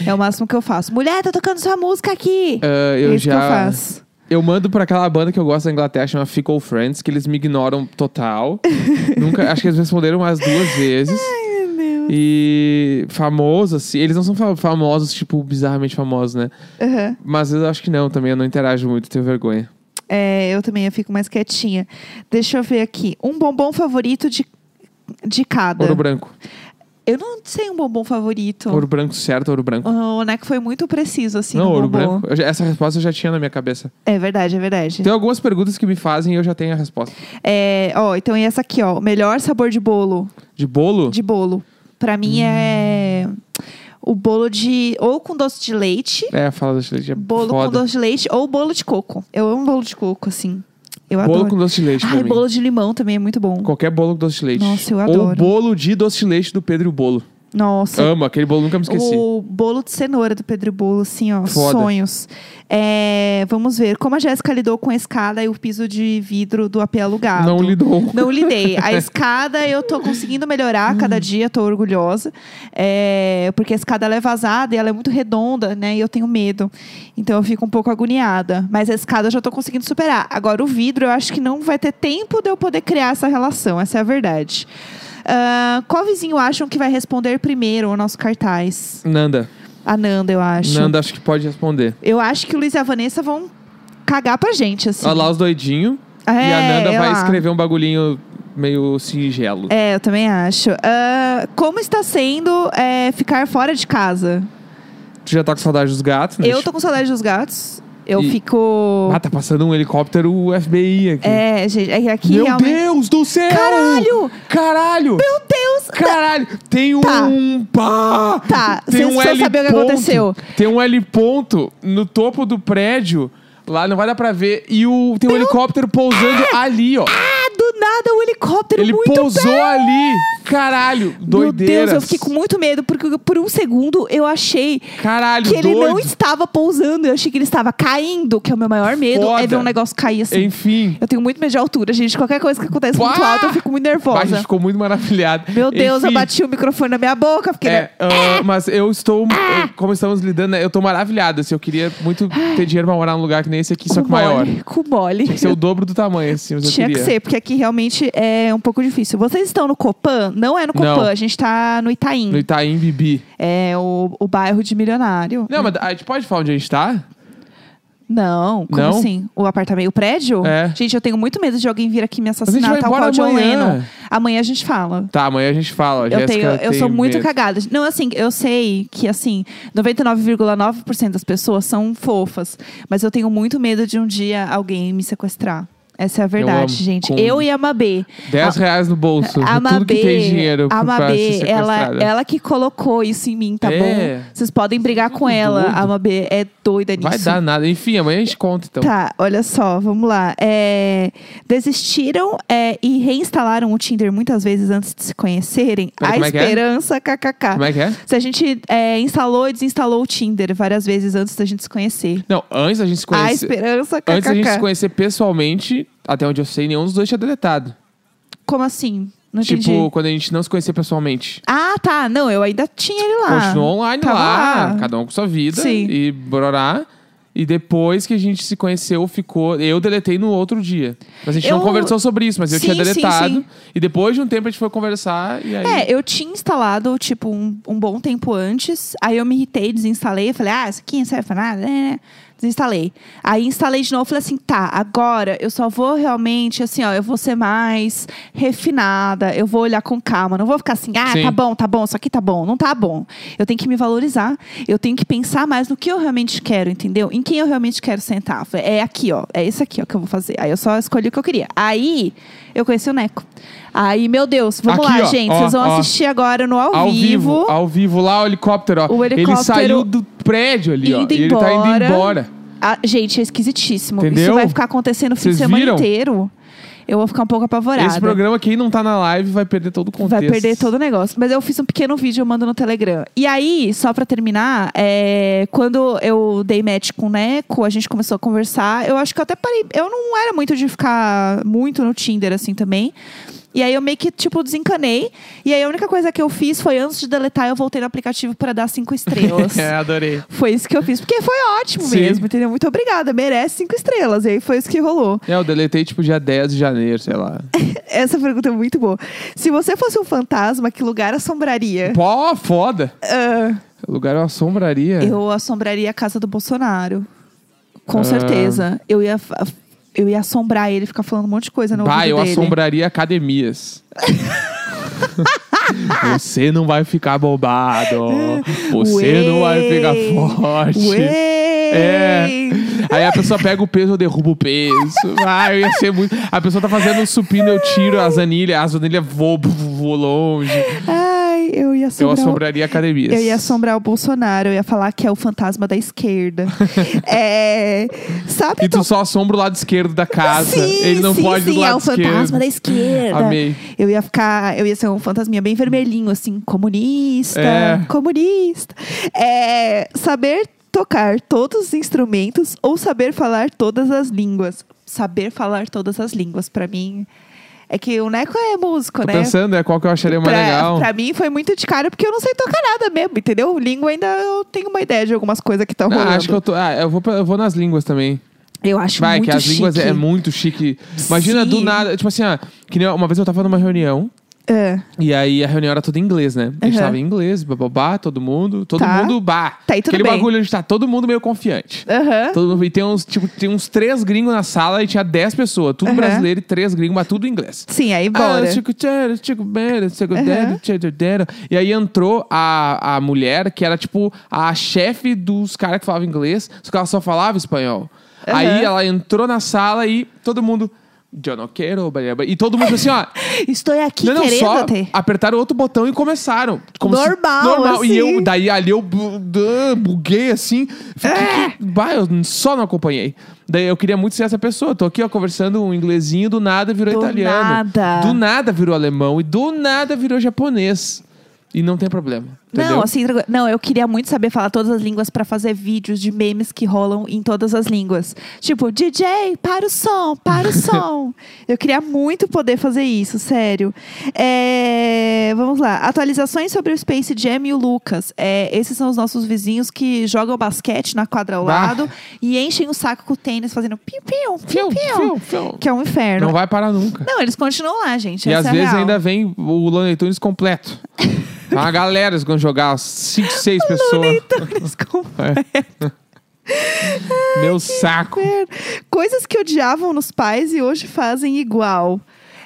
[SPEAKER 1] é o máximo que eu faço. Mulher, tá tocando sua música aqui!
[SPEAKER 2] Ah,
[SPEAKER 1] é
[SPEAKER 2] eu
[SPEAKER 1] isso
[SPEAKER 2] já.
[SPEAKER 1] que eu faço.
[SPEAKER 2] eu mando pra aquela banda que eu gosto da Inglaterra, chama Fickle Friends, que eles me ignoram total. Nunca, acho que eles responderam umas duas vezes.
[SPEAKER 1] Ai, meu Deus.
[SPEAKER 2] E famosos, assim, eles não são fa- famosos, tipo, bizarramente famosos, né?
[SPEAKER 1] Aham.
[SPEAKER 2] Mas eu acho que não também, eu não interajo muito, tenho vergonha.
[SPEAKER 1] É, eu também eu fico mais quietinha. Deixa eu ver aqui. Um bombom favorito de, de cada.
[SPEAKER 2] Ouro branco.
[SPEAKER 1] Eu não sei um bombom favorito.
[SPEAKER 2] Ouro branco, certo, ouro branco.
[SPEAKER 1] O Neco foi muito preciso, assim,
[SPEAKER 2] não,
[SPEAKER 1] no
[SPEAKER 2] ouro
[SPEAKER 1] bombom.
[SPEAKER 2] branco. Eu já- essa resposta eu já tinha na minha cabeça.
[SPEAKER 1] É verdade, é verdade.
[SPEAKER 2] Tem algumas perguntas que me fazem e eu já tenho a resposta.
[SPEAKER 1] É, ó, então e essa aqui, ó. O melhor sabor de bolo.
[SPEAKER 2] De bolo?
[SPEAKER 1] De bolo. Pra mim é o bolo de. Ou com doce de leite.
[SPEAKER 2] É, fala doce de leite. É
[SPEAKER 1] Bolo com
[SPEAKER 2] foda.
[SPEAKER 1] doce de leite ou bolo de coco. Eu amo bolo de coco, assim. Eu
[SPEAKER 2] Bolo
[SPEAKER 1] adoro.
[SPEAKER 2] com doce de leite pra
[SPEAKER 1] Ai,
[SPEAKER 2] mim.
[SPEAKER 1] bolo de limão também é muito bom.
[SPEAKER 2] Qualquer bolo com doce de leite.
[SPEAKER 1] Nossa, eu
[SPEAKER 2] Ou
[SPEAKER 1] adoro.
[SPEAKER 2] bolo de doce de leite do Pedro e o Bolo.
[SPEAKER 1] Nossa,
[SPEAKER 2] Amo, aquele bolo nunca me esqueci.
[SPEAKER 1] O bolo de cenoura do Pedro Bolo, assim, ó.
[SPEAKER 2] Foda.
[SPEAKER 1] Sonhos. É, vamos ver. Como a Jéssica lidou com a escada e o piso de vidro do AP alugado?
[SPEAKER 2] Não lidou.
[SPEAKER 1] Não lidei. A escada eu tô conseguindo melhorar cada dia, tô orgulhosa. É, porque a escada ela é vazada e ela é muito redonda, né? E eu tenho medo. Então eu fico um pouco agoniada. Mas a escada eu já tô conseguindo superar. Agora o vidro eu acho que não vai ter tempo de eu poder criar essa relação. Essa é a verdade. Ah, qual vizinho acham que vai responder primeiro o nosso cartaz?
[SPEAKER 2] Nanda.
[SPEAKER 1] A Nanda, eu acho.
[SPEAKER 2] Nanda acho que pode responder.
[SPEAKER 1] Eu acho que o Luiz e a Vanessa vão cagar pra gente, assim.
[SPEAKER 2] Olha lá os doidinhos. e a
[SPEAKER 1] É,
[SPEAKER 2] Nanda
[SPEAKER 1] é
[SPEAKER 2] vai
[SPEAKER 1] lá.
[SPEAKER 2] escrever um bagulhinho meio singelo.
[SPEAKER 1] É, eu também acho. Ah, como está sendo é, ficar fora de casa?
[SPEAKER 2] Tu já tá com saudade dos gatos, né?
[SPEAKER 1] É. Eu tô com saudade dos gatos. Eu
[SPEAKER 2] E-
[SPEAKER 1] fico.
[SPEAKER 2] Ah, tá passando um helicóptero FBI aqui.
[SPEAKER 1] É, gente, é que aqui
[SPEAKER 2] Meu
[SPEAKER 1] realmente.
[SPEAKER 2] Deus do céu!
[SPEAKER 1] Caralho!
[SPEAKER 2] Caralho!
[SPEAKER 1] Meu Deus!
[SPEAKER 2] Caralho, tem
[SPEAKER 1] Tá.
[SPEAKER 2] um pá!
[SPEAKER 1] Tá,
[SPEAKER 2] tem um
[SPEAKER 1] vocês precisam saber o que aconteceu.
[SPEAKER 2] Tem um L ponto no topo do prédio, lá não vai dar pra ver, e o tem um helicóptero pousando ali, ó.
[SPEAKER 1] Ah, do nada um helicóptero
[SPEAKER 2] Ele
[SPEAKER 1] muito
[SPEAKER 2] pousou
[SPEAKER 1] perto.
[SPEAKER 2] ali. Caralho, doideira.
[SPEAKER 1] Meu Deus, eu fiquei com muito medo, porque por um segundo eu achei
[SPEAKER 2] Caralho,
[SPEAKER 1] que ele
[SPEAKER 2] doido.
[SPEAKER 1] não estava pousando. Eu achei que ele estava caindo, que é o meu maior medo.
[SPEAKER 2] Foda.
[SPEAKER 1] É ver um negócio cair assim.
[SPEAKER 2] Enfim,
[SPEAKER 1] Eu tenho muito medo de altura, gente. Qualquer coisa que acontece
[SPEAKER 2] Pá!
[SPEAKER 1] muito alto, eu fico muito
[SPEAKER 2] a gente
[SPEAKER 1] nervosa.
[SPEAKER 2] ficou muito maravilhado.
[SPEAKER 1] Meu Deus, eu
[SPEAKER 2] Enfim,
[SPEAKER 1] bati né? o microfone na minha boca, fiquei.
[SPEAKER 2] É, ah, mas eu estou. eu- como estamos lidando, né, eu tô maravilhado. Assim, eu queria muito ter dinheiro pra morar num lugar que nem esse aqui, só
[SPEAKER 1] com
[SPEAKER 2] que maior.
[SPEAKER 1] mole, com mole.
[SPEAKER 2] Ser o dobro do tamanho, assim, mas eu
[SPEAKER 1] Um Tinha que
[SPEAKER 2] queria.
[SPEAKER 1] ser, porque aqui realmente é um pouco difícil. Vocês estão no Copan? Não é no Copan,
[SPEAKER 2] Não.
[SPEAKER 1] a gente tá no Itaim.
[SPEAKER 2] No Itaim Bibi.
[SPEAKER 1] É o, o bairro de milionário.
[SPEAKER 2] Não, mas a gente pode falar onde a gente tá?
[SPEAKER 1] Não, como
[SPEAKER 2] Não?
[SPEAKER 1] assim? O apartamento, o prédio?
[SPEAKER 2] É.
[SPEAKER 1] Gente, eu tenho muito medo de alguém vir aqui me
[SPEAKER 2] a gente
[SPEAKER 1] assassinar,
[SPEAKER 2] vai
[SPEAKER 1] tal qual
[SPEAKER 2] embora
[SPEAKER 1] John
[SPEAKER 2] amanhã.
[SPEAKER 1] Lennon. Amanhã a gente fala.
[SPEAKER 2] Tá, amanhã a gente fala.
[SPEAKER 1] Eu, tenho,
[SPEAKER 2] Jéssica
[SPEAKER 1] eu
[SPEAKER 2] tem um
[SPEAKER 1] sou muito
[SPEAKER 2] medo.
[SPEAKER 1] cagada. Não, assim, eu sei que, assim, 99,9% das pessoas são fofas. Mas eu tenho muito medo de um dia alguém me sequestrar. Essa é a verdade,
[SPEAKER 2] amo.
[SPEAKER 1] gente.
[SPEAKER 2] Com-
[SPEAKER 1] Eu e a Mabê.
[SPEAKER 2] 10 reais no bolso.
[SPEAKER 1] Ah, A
[SPEAKER 2] tudo que
[SPEAKER 1] Mabê,
[SPEAKER 2] tem dinheiro
[SPEAKER 1] a
[SPEAKER 2] pra- pra ser
[SPEAKER 1] Mabê ela,
[SPEAKER 2] sequestrada.
[SPEAKER 1] ela que colocou isso em mim, tá
[SPEAKER 2] É.
[SPEAKER 1] bom? Vocês podem brigar com
[SPEAKER 2] Muito
[SPEAKER 1] ela.
[SPEAKER 2] doido.
[SPEAKER 1] A Mabê é doida nisso.
[SPEAKER 2] Vai dar nada. Enfim, amanhã a gente conta, então.
[SPEAKER 1] Tá, olha só, vamos lá. É, desistiram é, e reinstalaram o Tinder muitas vezes antes de se conhecerem.
[SPEAKER 2] Pera,
[SPEAKER 1] a
[SPEAKER 2] como é que é?
[SPEAKER 1] esperança, kkk.
[SPEAKER 2] Como é que é?
[SPEAKER 1] Se a gente é, instalou e desinstalou o Tinder várias vezes antes da gente se conhecer.
[SPEAKER 2] Não, antes da gente se
[SPEAKER 1] A
[SPEAKER 2] conhecer.
[SPEAKER 1] esperança, kkk.
[SPEAKER 2] Antes da gente se conhecer pessoalmente, até onde eu sei, nenhum dos dois tinha deletado.
[SPEAKER 1] Como assim? Não
[SPEAKER 2] tipo,
[SPEAKER 1] entendi.
[SPEAKER 2] quando a gente não se conhecia pessoalmente.
[SPEAKER 1] Ah, tá. Não, eu ainda tinha ele lá.
[SPEAKER 2] Continuou online
[SPEAKER 1] Ah, tava
[SPEAKER 2] lá,
[SPEAKER 1] lá.
[SPEAKER 2] cada um com sua vida
[SPEAKER 1] Sim.
[SPEAKER 2] e brorá. E depois que a gente se conheceu, ficou. Eu deletei no outro dia. Mas a gente não
[SPEAKER 1] Eu-
[SPEAKER 2] conversou sobre isso, mas eu
[SPEAKER 1] Sim,
[SPEAKER 2] tinha
[SPEAKER 1] sim,
[SPEAKER 2] deletado.
[SPEAKER 1] sim.
[SPEAKER 2] E depois de um tempo a gente foi conversar e aí.
[SPEAKER 1] É, eu tinha instalado, tipo, um, um bom tempo antes. Aí eu me irritei, desinstalei. Falei, ah, isso aqui não serve pra nada. né? Desinstalei. Aí instalei de novo. Falei assim, tá, agora eu só vou realmente, assim, ó. Eu vou ser mais refinada. Eu vou olhar com calma. Não vou ficar assim, ah,
[SPEAKER 2] Sim.
[SPEAKER 1] tá bom, tá bom. Isso aqui tá bom. Não tá bom. Eu tenho que me valorizar. Eu tenho que pensar mais no que eu realmente quero, entendeu? Em quem eu realmente quero sentar. Falei, é aqui, ó. É esse aqui, ó, que eu vou fazer. Aí eu só escolhi o que eu queria. Aí eu conheci o Neco. Aí, meu Deus, Vamos
[SPEAKER 2] Aqui,
[SPEAKER 1] lá,
[SPEAKER 2] ó.
[SPEAKER 1] gente.
[SPEAKER 2] Ó,
[SPEAKER 1] Vocês vão
[SPEAKER 2] ó.
[SPEAKER 1] assistir agora no ao,
[SPEAKER 2] Ao vivo, ao vivo lá o helicóptero, ó.
[SPEAKER 1] O
[SPEAKER 2] Ele
[SPEAKER 1] helicóptero
[SPEAKER 2] saiu do prédio ali, ó.
[SPEAKER 1] indo
[SPEAKER 2] Ele tá indo
[SPEAKER 1] embora.
[SPEAKER 2] embora.
[SPEAKER 1] Ah, gente, é esquisitíssimo. Isso
[SPEAKER 2] Entendeu?
[SPEAKER 1] vai ficar acontecendo o fim
[SPEAKER 2] Vocês
[SPEAKER 1] de semana
[SPEAKER 2] viram?
[SPEAKER 1] inteiro. Eu vou ficar um pouco apavorada.
[SPEAKER 2] Esse programa, quem não tá na live, vai perder todo o contexto.
[SPEAKER 1] Vai perder todo o negócio. Mas eu fiz um pequeno vídeo, eu mando no Telegram. E aí, só pra terminar, é, quando eu dei match com o Neco, a gente começou a conversar. Eu acho que eu até parei. Eu não era muito de ficar muito no Tinder assim também. E aí eu meio que, tipo, desencanei. E aí a única coisa que eu fiz foi, antes de deletar, eu voltei no aplicativo pra dar cinco estrelas.
[SPEAKER 2] É, adorei.
[SPEAKER 1] Foi isso que eu fiz, porque foi ótimo
[SPEAKER 2] Sim.
[SPEAKER 1] mesmo, entendeu? Muito obrigada, merece cinco estrelas. E aí foi isso que rolou.
[SPEAKER 2] É, eu deletei tipo dia 10 de janeiro, sei lá.
[SPEAKER 1] Essa pergunta é muito boa. Se você fosse um fantasma, que lugar assombraria?
[SPEAKER 2] Pó, foda.
[SPEAKER 1] Ah,
[SPEAKER 2] O lugar é uma assombraria.
[SPEAKER 1] eu assombraria a casa do Bolsonaro. Com
[SPEAKER 2] Ah.
[SPEAKER 1] certeza. Eu ia, fa- eu ia assombrar ele, ficar falando um monte de coisa no
[SPEAKER 2] bah,
[SPEAKER 1] ouvido
[SPEAKER 2] eu
[SPEAKER 1] dele.
[SPEAKER 2] assombraria academias. Você não vai ficar bobado. Você não vai ficar
[SPEAKER 1] Ué.
[SPEAKER 2] forte.
[SPEAKER 1] Ué!
[SPEAKER 2] É. Aí a pessoa pega o peso, eu derrubo o peso. Ah, eu ia ser muito. A pessoa tá fazendo um supino, eu tiro as anilhas, as anilhas voam voam longe.
[SPEAKER 1] Ai, eu ia
[SPEAKER 2] Eu
[SPEAKER 1] assombrar. o-
[SPEAKER 2] assombraria academias.
[SPEAKER 1] Eu ia assombrar o Bolsonaro, eu ia falar que é o fantasma da esquerda. é, sabe
[SPEAKER 2] E tu só assombra o lado esquerdo da casa.
[SPEAKER 1] Sim,
[SPEAKER 2] Ele não
[SPEAKER 1] sim,
[SPEAKER 2] pode
[SPEAKER 1] sim,
[SPEAKER 2] do lado
[SPEAKER 1] é o
[SPEAKER 2] esquerdo.
[SPEAKER 1] fantasma da esquerda.
[SPEAKER 2] Amei.
[SPEAKER 1] Eu ia ficar, eu ia ser um fantasminha bem vermelhinho, assim, comunista,
[SPEAKER 2] É.
[SPEAKER 1] comunista. É, saber tocar todos os instrumentos ou saber falar todas as línguas. Saber falar todas as línguas, pra mim. É que o Neco é músico,
[SPEAKER 2] Tô
[SPEAKER 1] né?
[SPEAKER 2] pensando, é qual que eu acharia mais
[SPEAKER 1] Pra,
[SPEAKER 2] legal.
[SPEAKER 1] pra mim foi muito de cara, porque eu não sei tocar nada mesmo, entendeu? Língua ainda eu tenho uma ideia de algumas coisas que estão
[SPEAKER 2] Ah,
[SPEAKER 1] rolando.
[SPEAKER 2] acho que eu tô. Ah, eu vou, pra- eu vou nas línguas também.
[SPEAKER 1] Eu acho
[SPEAKER 2] Vai,
[SPEAKER 1] Tipo, muito
[SPEAKER 2] que as
[SPEAKER 1] chique.
[SPEAKER 2] línguas é, é muito chique. Imagina
[SPEAKER 1] Sim.
[SPEAKER 2] do nada. Tipo assim, ah, que nem uma vez eu tava numa reunião.
[SPEAKER 1] É.
[SPEAKER 2] E aí a reunião era toda em inglês, né? A gente
[SPEAKER 1] Uhum.
[SPEAKER 2] tava em inglês, bababá, todo mundo. Todo
[SPEAKER 1] Tá.
[SPEAKER 2] mundo, bah.
[SPEAKER 1] Tá, e tudo
[SPEAKER 2] Aquele
[SPEAKER 1] bem.
[SPEAKER 2] bagulho onde tá todo mundo meio confiante.
[SPEAKER 1] Aham.
[SPEAKER 2] Todo mundo- e tem uns, tipo, tem uns três gringos na sala e tinha dez pessoas. Tudo
[SPEAKER 1] Uhum.
[SPEAKER 2] brasileiro e três gringos, mas tudo em inglês.
[SPEAKER 1] Sim, aí bora.
[SPEAKER 2] Ah, chico tchera, chico bera, chico
[SPEAKER 1] Aham.
[SPEAKER 2] dera, tchera dera. E aí entrou a, a mulher que era tipo a chefe dos caras que falavam inglês, só que ela só falava espanhol.
[SPEAKER 1] Aham.
[SPEAKER 2] Aí ela entrou na sala e todo mundo. Eu não quero, blá, blá, blá." e todo mundo assim, ó.
[SPEAKER 1] Estou aqui
[SPEAKER 2] não, não,
[SPEAKER 1] querendo
[SPEAKER 2] só
[SPEAKER 1] ter.
[SPEAKER 2] apertaram outro botão e começaram. Como se-
[SPEAKER 1] Normal,
[SPEAKER 2] normal.
[SPEAKER 1] assim.
[SPEAKER 2] E eu, daí ali eu bu- dã, buguei assim. Fiquei,
[SPEAKER 1] É.
[SPEAKER 2] que- bah, eu só não acompanhei. Daí eu queria muito ser essa pessoa. Tô aqui, ó, conversando um inglesinho, do nada virou
[SPEAKER 1] Do
[SPEAKER 2] italiano.
[SPEAKER 1] nada.
[SPEAKER 2] Do nada virou alemão e do nada virou japonês. E não tem problema. Entendeu?
[SPEAKER 1] Não, assim, tranquilo. não, eu queria muito saber falar todas as línguas pra fazer vídeos de memes que rolam em todas as línguas. Tipo, DJ, para o som, para o som. Eu queria muito poder fazer isso, sério. É, vamos lá. Atualizações sobre o Space Jam e o Lucas. É, esses são os nossos vizinhos que jogam basquete na quadra ao
[SPEAKER 2] Bah.
[SPEAKER 1] lado e enchem o saco com o tênis fazendo piu-piu,
[SPEAKER 2] Fiu,
[SPEAKER 1] piu-piu.
[SPEAKER 2] fiu, fiu.
[SPEAKER 1] Que é um inferno.
[SPEAKER 2] Não vai parar nunca.
[SPEAKER 1] Não, eles continuam lá, gente.
[SPEAKER 2] e
[SPEAKER 1] essa
[SPEAKER 2] às
[SPEAKER 1] é a
[SPEAKER 2] vezes
[SPEAKER 1] real.
[SPEAKER 2] ainda vem o Looney Tunes completo. Tá uma galera quando jogar 5, 6
[SPEAKER 1] Looney
[SPEAKER 2] pessoas.
[SPEAKER 1] Tunes com
[SPEAKER 2] Meu saco.
[SPEAKER 1] Coisas que odiavam nos pais e hoje fazem igual.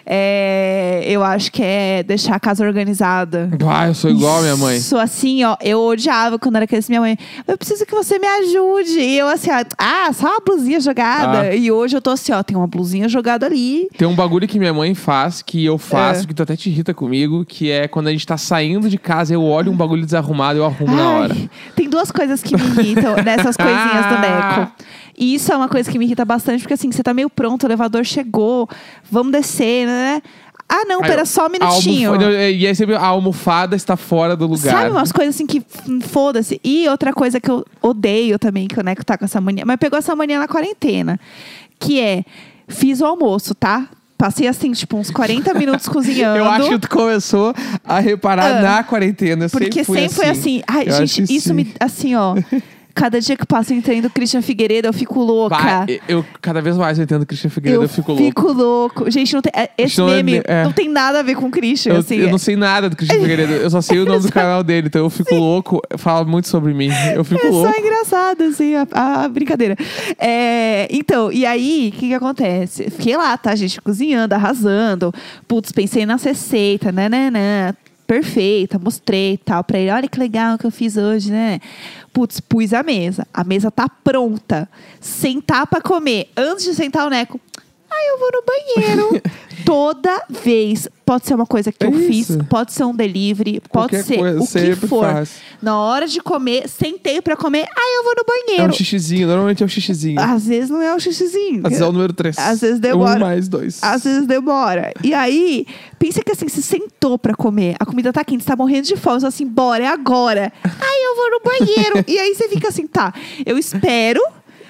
[SPEAKER 1] É, eu acho que é deixar a casa organizada.
[SPEAKER 2] Bah, eu sou igual a minha mãe.
[SPEAKER 1] Sou assim, ó. Eu odiava quando era criança. Minha mãe, eu preciso que você me ajude. E eu, assim, ó, ah, só uma blusinha jogada.
[SPEAKER 2] Ah.
[SPEAKER 1] E hoje eu tô assim, ó, tem uma blusinha jogada ali.
[SPEAKER 2] Tem um bagulho que minha mãe faz, que eu faço,
[SPEAKER 1] É.
[SPEAKER 2] que tu até te irrita comigo, que é quando a gente tá saindo de casa, eu olho um bagulho desarrumado, eu arrumo na
[SPEAKER 1] Ai,
[SPEAKER 2] hora.
[SPEAKER 1] Tem duas coisas que me irritam nessas coisinhas do
[SPEAKER 2] Ah.
[SPEAKER 1] Neco. E isso é uma coisa que me irrita bastante, porque assim, você tá meio pronto, o elevador chegou, vamos descer, né? Ah, não,
[SPEAKER 2] Aí,
[SPEAKER 1] pera só um
[SPEAKER 2] A almofa-
[SPEAKER 1] minutinho.
[SPEAKER 2] E aí sempre a almofada está fora do lugar.
[SPEAKER 1] Sabe umas coisas assim que f- foda-se. E outra coisa que eu odeio também, que o Neco tá com essa mania. Mas pegou essa mania na quarentena. Que é, fiz o almoço, tá? Passei assim, tipo, uns 40 minutos cozinhando.
[SPEAKER 2] Eu acho que tu começou a reparar
[SPEAKER 1] Ah.
[SPEAKER 2] na quarentena. Eu
[SPEAKER 1] Porque
[SPEAKER 2] sempre, fui
[SPEAKER 1] sempre foi assim. Ai,
[SPEAKER 2] Eu
[SPEAKER 1] gente,
[SPEAKER 2] acho que
[SPEAKER 1] isso
[SPEAKER 2] sim.
[SPEAKER 1] me. Assim, ó. Cada dia que passa eu entendo Christian Figueiredo, eu fico louca.
[SPEAKER 2] Bah, eu cada vez mais eu entendo o Cristian Figueiredo, eu, fico louco.
[SPEAKER 1] louco. Gente, não tem, é, esse
[SPEAKER 2] Não é
[SPEAKER 1] meme
[SPEAKER 2] ne- é.
[SPEAKER 1] não tem nada a ver com o Christian.
[SPEAKER 2] Eu,
[SPEAKER 1] assim,
[SPEAKER 2] eu
[SPEAKER 1] é.
[SPEAKER 2] não sei nada do Cristian Figueiredo, eu só sei o nome do canal dele, então eu fico louco, fala muito sobre mim. Eu fico
[SPEAKER 1] É só
[SPEAKER 2] louco.
[SPEAKER 1] engraçado, assim, a, a brincadeira. É, então, e aí, o que, que acontece? Fiquei lá, tá, gente? Cozinhando, arrasando. Putz, pensei na receita, né, né, né. Perfeita, mostrei e tal pra ele. Olha que legal que eu fiz hoje, né? Putz, pus a mesa. A mesa tá pronta. Sentar pra comer. Antes de sentar o Neco. Ai, eu vou no banheiro. Toda vez. Pode ser uma coisa que
[SPEAKER 2] É
[SPEAKER 1] eu
[SPEAKER 2] isso.
[SPEAKER 1] fiz, pode ser um delivery,
[SPEAKER 2] Qualquer
[SPEAKER 1] pode ser
[SPEAKER 2] coisa,
[SPEAKER 1] o que
[SPEAKER 2] sempre
[SPEAKER 1] for.
[SPEAKER 2] faz.
[SPEAKER 1] Na hora de comer, sentei pra comer, aí eu vou no
[SPEAKER 2] É um
[SPEAKER 1] banheiro.
[SPEAKER 2] xixizinho, normalmente é um xixizinho.
[SPEAKER 1] Às vezes não é o xixizinho.
[SPEAKER 2] Às vezes é o número 3.
[SPEAKER 1] Às vezes demora.
[SPEAKER 2] Um mais dois.
[SPEAKER 1] Às vezes demora. E aí, pensa que assim, se sentou pra comer, a comida tá quente, você tá morrendo de fome, você fala assim, bora, é agora. Aí eu vou no banheiro. e aí você fica assim, tá, eu espero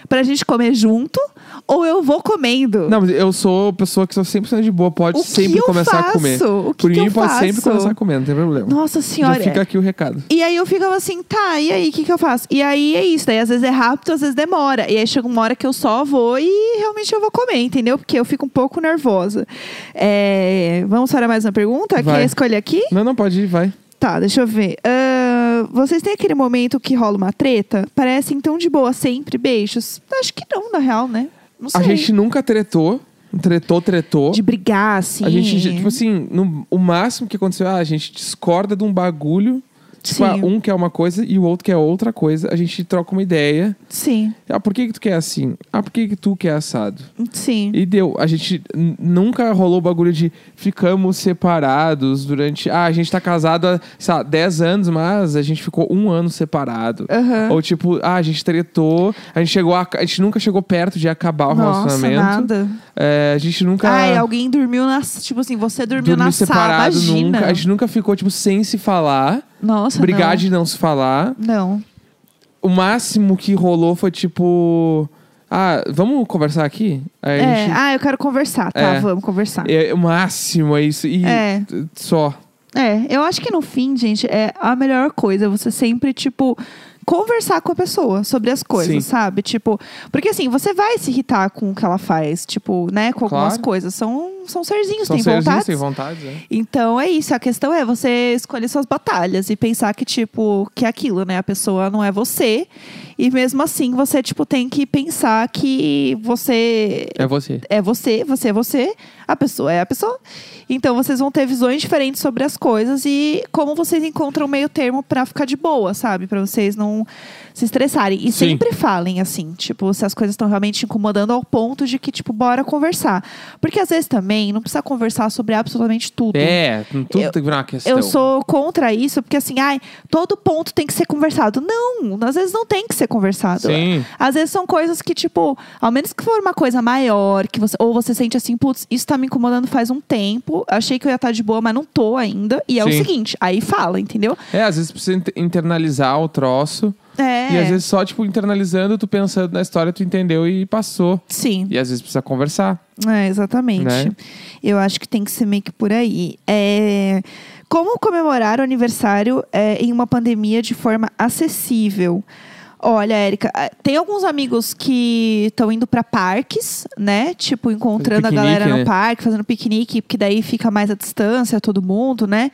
[SPEAKER 1] pra gente comer junto, ou eu vou comendo.
[SPEAKER 2] Não, mas eu sou pessoa que sou 100% de boa, pode
[SPEAKER 1] O que
[SPEAKER 2] sempre
[SPEAKER 1] eu
[SPEAKER 2] começar a
[SPEAKER 1] faço?
[SPEAKER 2] comer.
[SPEAKER 1] O que
[SPEAKER 2] Por
[SPEAKER 1] que
[SPEAKER 2] mim,
[SPEAKER 1] eu
[SPEAKER 2] pode sempre
[SPEAKER 1] faço?
[SPEAKER 2] começar a comer, não tem problema.
[SPEAKER 1] Nossa senhora.
[SPEAKER 2] Já fica aqui o recado.
[SPEAKER 1] E aí eu ficava assim, tá, e aí, o que, que eu faço? E aí é isso, daí às vezes é rápido, às vezes demora. E aí chega uma hora que eu só vou e realmente eu vou comer, entendeu? Porque eu fico um pouco nervosa. É, Vamos para mais uma pergunta?
[SPEAKER 2] Vai.
[SPEAKER 1] Quer escolher aqui?
[SPEAKER 2] Não, não, pode ir, vai.
[SPEAKER 1] Tá, deixa eu ver. Ahn, vocês têm aquele momento que rola uma treta? Parecem tão de boa sempre, beijos? Acho que não, na real, né? Não sei.
[SPEAKER 2] A gente nunca tretou. Tretou, tretou.
[SPEAKER 1] De brigar, assim.
[SPEAKER 2] A gente, tipo assim, no- o máximo que aconteceu, ah, a gente discorda de um bagulho. Tipo, ah,
[SPEAKER 1] Sim.
[SPEAKER 2] um quer uma coisa e o outro quer outra coisa. A gente troca uma ideia.
[SPEAKER 1] Sim,
[SPEAKER 2] Ah, por que que tu quer assim? Ah, por que que tu quer assado?
[SPEAKER 1] sim.
[SPEAKER 2] E deu. A gente n- nunca rolou o bagulho de ficamos separados durante... Ah, a gente tá casado há, sei lá, 10 anos, mas a gente ficou um ano separado.
[SPEAKER 1] Aham.
[SPEAKER 2] Ou tipo, ah, a gente tretou. A gente, chegou a, a gente nunca chegou perto de acabar o
[SPEAKER 1] Nossa,
[SPEAKER 2] um relacionamento.
[SPEAKER 1] nada.
[SPEAKER 2] É, a gente nunca...
[SPEAKER 1] Ai, alguém dormiu na. Tipo assim, você dormiu, na sala.
[SPEAKER 2] separado
[SPEAKER 1] Imagina.
[SPEAKER 2] nunca. A gente nunca ficou, tipo, sem se falar.
[SPEAKER 1] Nossa,
[SPEAKER 2] brigar
[SPEAKER 1] não.
[SPEAKER 2] de não se falar.
[SPEAKER 1] Não.
[SPEAKER 2] O máximo que rolou foi, tipo... Ah, vamos conversar aqui? Aí a
[SPEAKER 1] É,
[SPEAKER 2] gente-
[SPEAKER 1] Ah, eu quero conversar. Tá,
[SPEAKER 2] É.
[SPEAKER 1] vamos conversar.
[SPEAKER 2] É, o máximo é isso. E
[SPEAKER 1] É.
[SPEAKER 2] t- só.
[SPEAKER 1] É, eu acho que no fim, gente, é a melhor coisa. Você sempre, tipo, conversar com a pessoa sobre as coisas,
[SPEAKER 2] Sim.
[SPEAKER 1] sabe? Tipo, porque assim, você vai se irritar com o que ela faz, tipo, né? Com algumas
[SPEAKER 2] Claro.
[SPEAKER 1] coisas. São, são serzinhos,
[SPEAKER 2] São
[SPEAKER 1] tem
[SPEAKER 2] seres
[SPEAKER 1] vontade.
[SPEAKER 2] sem vontade, é.
[SPEAKER 1] Então é isso, a questão é você escolher suas batalhas e pensar que, tipo, que é aquilo, né? A pessoa não é você. E mesmo assim, você, tipo, tem que pensar que você
[SPEAKER 2] É você.
[SPEAKER 1] é você, você é você, a pessoa é a pessoa. Então vocês vão ter visões diferentes sobre as coisas e como vocês encontram o meio termo pra ficar de boa, sabe? Pra vocês não se estressarem. E
[SPEAKER 2] Sim.
[SPEAKER 1] sempre falem assim, tipo, se as coisas estão realmente te incomodando ao ponto de que, tipo, bora conversar. Porque às vezes também não precisa conversar sobre absolutamente tudo.
[SPEAKER 2] É, tudo tem que virar uma questão.
[SPEAKER 1] Eu sou contra isso, porque assim, ai, todo ponto tem que ser conversado. Não, às vezes não tem que ser conversado.
[SPEAKER 2] Sim.
[SPEAKER 1] Às vezes são coisas que, tipo, ao menos que for uma coisa maior, que você, ou você sente assim, putz, isso tá me incomodando faz um tempo, achei que eu ia estar de boa, mas não tô ainda. E é o
[SPEAKER 2] Sim.
[SPEAKER 1] seguinte, aí fala, entendeu?
[SPEAKER 2] É, às vezes precisa inter- internalizar o troço.
[SPEAKER 1] É.
[SPEAKER 2] E às vezes só, tipo, internalizando, tu pensando na história, tu entendeu e passou.
[SPEAKER 1] Sim,
[SPEAKER 2] E às vezes precisa conversar.
[SPEAKER 1] é, exatamente.
[SPEAKER 2] Né?
[SPEAKER 1] Eu acho que tem que ser meio que por aí. É, Como comemorar o aniversário é, em uma pandemia de forma acessível? Olha, Érica, ah, tem alguns amigos que estão indo para parques, né? Tipo, encontrando a
[SPEAKER 2] Fazendo
[SPEAKER 1] galera no
[SPEAKER 2] piquenique, né?
[SPEAKER 1] parque, fazendo piquenique, porque daí fica mais à distância todo mundo, né?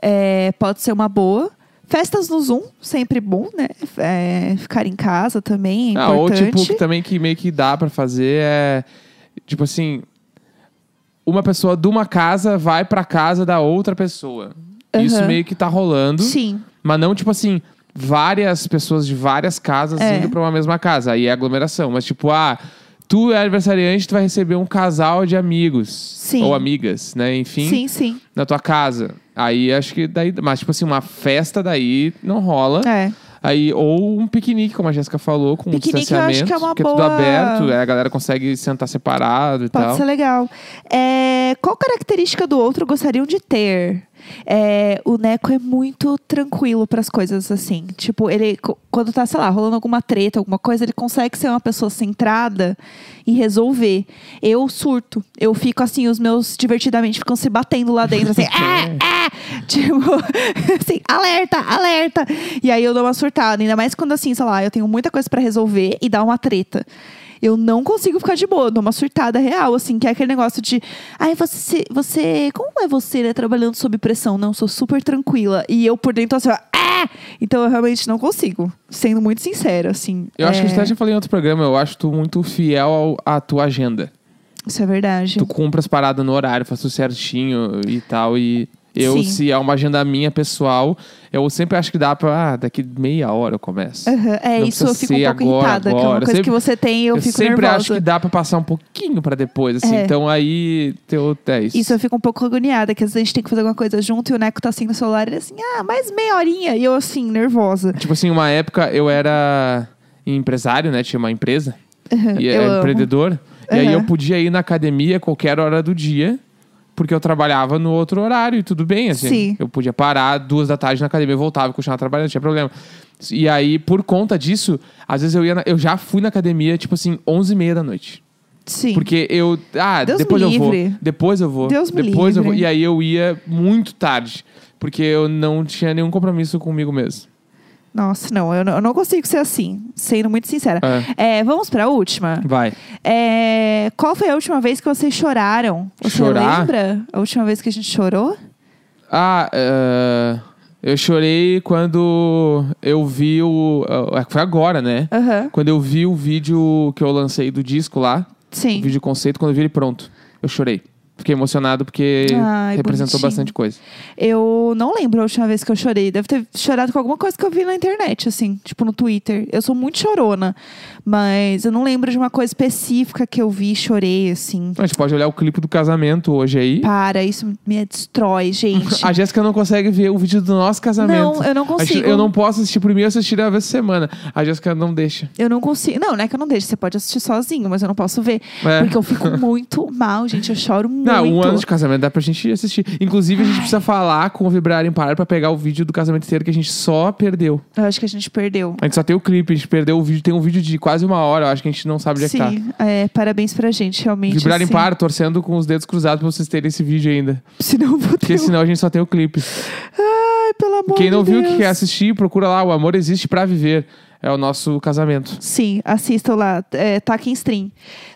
[SPEAKER 1] É, pode ser uma boa. Festas no Zoom, sempre bom, né? É, ficar em casa também é
[SPEAKER 2] Ah, ou,
[SPEAKER 1] importante.
[SPEAKER 2] tipo, que também que meio que dá pra fazer é. Tipo assim. uma pessoa de uma casa vai pra casa da outra pessoa.
[SPEAKER 1] Aham.
[SPEAKER 2] Isso meio que tá rolando.
[SPEAKER 1] Sim.
[SPEAKER 2] Mas não, tipo assim, várias pessoas de várias casas
[SPEAKER 1] É.
[SPEAKER 2] indo pra uma mesma casa. Aí é aglomeração. Mas, tipo, ah, tu é aniversariante, tu vai receber um casal de amigos.
[SPEAKER 1] Sim.
[SPEAKER 2] Ou amigas, né? Enfim,
[SPEAKER 1] Sim, sim.
[SPEAKER 2] na tua casa. Aí acho que daí. Mas, tipo assim, uma festa daí não rola.
[SPEAKER 1] É.
[SPEAKER 2] Aí, ou um piquenique, como a Jéssica falou, com um
[SPEAKER 1] Piquenique eu acho que é
[SPEAKER 2] distanciamento.
[SPEAKER 1] uma
[SPEAKER 2] porque é
[SPEAKER 1] boa-
[SPEAKER 2] tudo aberto, aí a galera consegue sentar separado e
[SPEAKER 1] Pode
[SPEAKER 2] tal.
[SPEAKER 1] ser legal. É, qual característica do outro gostariam de ter? É, o Neco é muito tranquilo para as coisas assim. Tipo, ele, co- quando tá, sei lá, rolando alguma treta, alguma coisa, ele consegue ser uma pessoa centrada e resolver. Eu surto. Eu fico assim, os meus divertidamente ficam se batendo lá dentro, assim, ah, ah! Tipo, assim, alerta, alerta. E aí eu dou uma surtada. Ainda mais quando, assim, sei lá, eu tenho muita coisa pra resolver e dá uma treta. Eu não consigo ficar de boa, eu dou uma surtada real, assim, que é aquele negócio de. Ai, você. você como é você, né, trabalhando sob pressão? Não, eu sou super tranquila. E eu por dentro, assim, ó, ah! Então eu realmente não consigo. Sendo muito sincera, assim.
[SPEAKER 2] Eu acho que eu
[SPEAKER 1] é,
[SPEAKER 2] até já falei em outro programa, eu acho tu muito fiel ao- à tua agenda.
[SPEAKER 1] Isso é verdade.
[SPEAKER 2] Tu cumpre as paradas no horário, faz tudo certinho e tal. E eu,
[SPEAKER 1] Sim.
[SPEAKER 2] se é uma agenda minha pessoal, eu sempre acho que dá pra. Ah, daqui meia hora eu começo.
[SPEAKER 1] Aham, É,
[SPEAKER 2] Não
[SPEAKER 1] isso eu
[SPEAKER 2] precisa
[SPEAKER 1] fico um
[SPEAKER 2] ser
[SPEAKER 1] pouco
[SPEAKER 2] agora,
[SPEAKER 1] irritada. Que é uma
[SPEAKER 2] agora.
[SPEAKER 1] coisa
[SPEAKER 2] Sempre-
[SPEAKER 1] que você tem, eu, fico
[SPEAKER 2] sempre
[SPEAKER 1] nervosa.
[SPEAKER 2] acho que dá pra passar um pouquinho pra depois, assim.
[SPEAKER 1] É.
[SPEAKER 2] Então aí teu é isso.
[SPEAKER 1] Isso eu fico um pouco agoniada, que às vezes a gente tem que fazer alguma coisa junto e o Neco tá assim no celular, ele assim, ah, mais meia horinha. E eu assim, nervosa.
[SPEAKER 2] Tipo assim, uma época eu era empresário, né? Tinha uma empresa. E
[SPEAKER 1] eu
[SPEAKER 2] é
[SPEAKER 1] amo.
[SPEAKER 2] empreendedor. E aí
[SPEAKER 1] Aham.
[SPEAKER 2] eu podia ir na academia qualquer hora do dia, porque eu trabalhava no outro horário e tudo bem, assim.
[SPEAKER 1] Sim.
[SPEAKER 2] Eu podia parar duas da tarde na academia, eu voltava e continuava trabalhando, não tinha problema. E aí, por conta disso, às vezes eu ia na- eu já fui na academia, tipo assim, 11 e meia da noite.
[SPEAKER 1] Sim.
[SPEAKER 2] Porque eu. Ah,
[SPEAKER 1] Deus
[SPEAKER 2] depois
[SPEAKER 1] me
[SPEAKER 2] eu vou.
[SPEAKER 1] livre.
[SPEAKER 2] Depois eu vou.
[SPEAKER 1] Deus me
[SPEAKER 2] depois eu vou.
[SPEAKER 1] livre.
[SPEAKER 2] E aí eu ia muito tarde. Porque eu não tinha nenhum compromisso comigo mesmo.
[SPEAKER 1] Nossa, não, eu, não- eu não consigo ser assim, sendo muito sincera. É, vamos pra última?
[SPEAKER 2] Vai.
[SPEAKER 1] É, qual foi a última vez que vocês choraram? Você
[SPEAKER 2] Chorar?
[SPEAKER 1] lembra? A última vez que a gente chorou?
[SPEAKER 2] Ah, é, eu chorei quando eu vi o. ah, Foi agora, né?
[SPEAKER 1] Aham.
[SPEAKER 2] Quando eu vi o vídeo que eu lancei do disco lá, o
[SPEAKER 1] Sim.
[SPEAKER 2] vídeo conceito, quando eu vi ele pronto, eu chorei. Fiquei emocionado porque
[SPEAKER 1] Ai,
[SPEAKER 2] representou
[SPEAKER 1] bonitinho.
[SPEAKER 2] bastante coisa.
[SPEAKER 1] Eu não lembro a última vez que eu chorei. Deve ter chorado com alguma coisa que eu vi na internet, assim, tipo no Twitter. Eu sou muito chorona, mas eu não lembro de uma coisa específica que eu vi e chorei, assim.
[SPEAKER 2] A gente pode olhar o clipe do casamento hoje aí.
[SPEAKER 1] Para, isso me destrói, gente.
[SPEAKER 2] A Jéssica não consegue ver o vídeo do nosso casamento.
[SPEAKER 1] Não, eu não
[SPEAKER 2] A gente-
[SPEAKER 1] consigo.
[SPEAKER 2] Eu não posso assistir primeiro, assistir a vez por semana. A Jéssica não deixa.
[SPEAKER 1] Eu não consigo. Não, não é que eu não deixo. Você pode assistir sozinho, mas eu não posso ver.
[SPEAKER 2] É.
[SPEAKER 1] Porque eu fico muito mal, gente. Eu choro muito.
[SPEAKER 2] Não, um ano de casamento dá pra gente assistir. Inclusive, a gente precisa falar com o Vibrar em Parar pra pegar o vídeo do casamento inteiro que a gente só perdeu.
[SPEAKER 1] Eu acho que a gente perdeu.
[SPEAKER 2] A gente só tem o clipe, a gente perdeu o vídeo. Tem um vídeo de quase uma hora, eu acho que a gente não sabe onde é que tá.
[SPEAKER 1] Sim, é, parabéns pra gente, realmente.
[SPEAKER 2] Vibrar em
[SPEAKER 1] assim.
[SPEAKER 2] Par, torcendo com os dedos cruzados pra vocês terem esse vídeo ainda.
[SPEAKER 1] Se não vou
[SPEAKER 2] Porque
[SPEAKER 1] ter. um-
[SPEAKER 2] senão a gente só tem o clipe.
[SPEAKER 1] Ai, pelo amor
[SPEAKER 2] Quem não
[SPEAKER 1] de
[SPEAKER 2] viu
[SPEAKER 1] Deus.
[SPEAKER 2] que é quer assistir, procura lá. O Amor Existe pra Viver. É o nosso casamento.
[SPEAKER 1] Sim, assistam lá. É, taquem stream.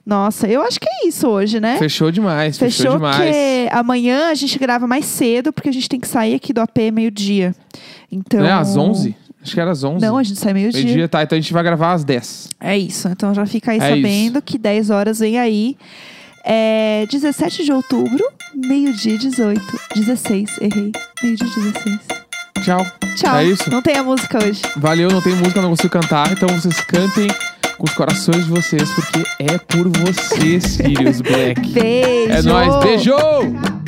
[SPEAKER 1] Nossa, eu acho que é isso hoje, né?
[SPEAKER 2] Fechou demais, fechou,
[SPEAKER 1] Fechou
[SPEAKER 2] demais.
[SPEAKER 1] que amanhã a gente grava mais cedo, porque a gente tem que sair aqui do AP meio-dia. Então.
[SPEAKER 2] Né, às 11? Acho que era às 11.
[SPEAKER 1] Não, a gente sai meio-dia.
[SPEAKER 2] Meio-dia, tá. Então a gente vai gravar às 10.
[SPEAKER 1] É isso. Então já fica aí
[SPEAKER 2] É
[SPEAKER 1] sabendo que 10 horas vem aí. É 17 de outubro, meio-dia e 18. 16, errei. Meio-dia e 16.
[SPEAKER 2] Tchau.
[SPEAKER 1] Tchau.
[SPEAKER 2] É isso.
[SPEAKER 1] Não tem a música hoje.
[SPEAKER 2] Valeu, não tem música, não consigo cantar. Então vocês cantem com os corações de vocês, porque é por vocês, Sirius Black.
[SPEAKER 1] Beijo.
[SPEAKER 2] É nóis. Beijo!
[SPEAKER 1] Tchau.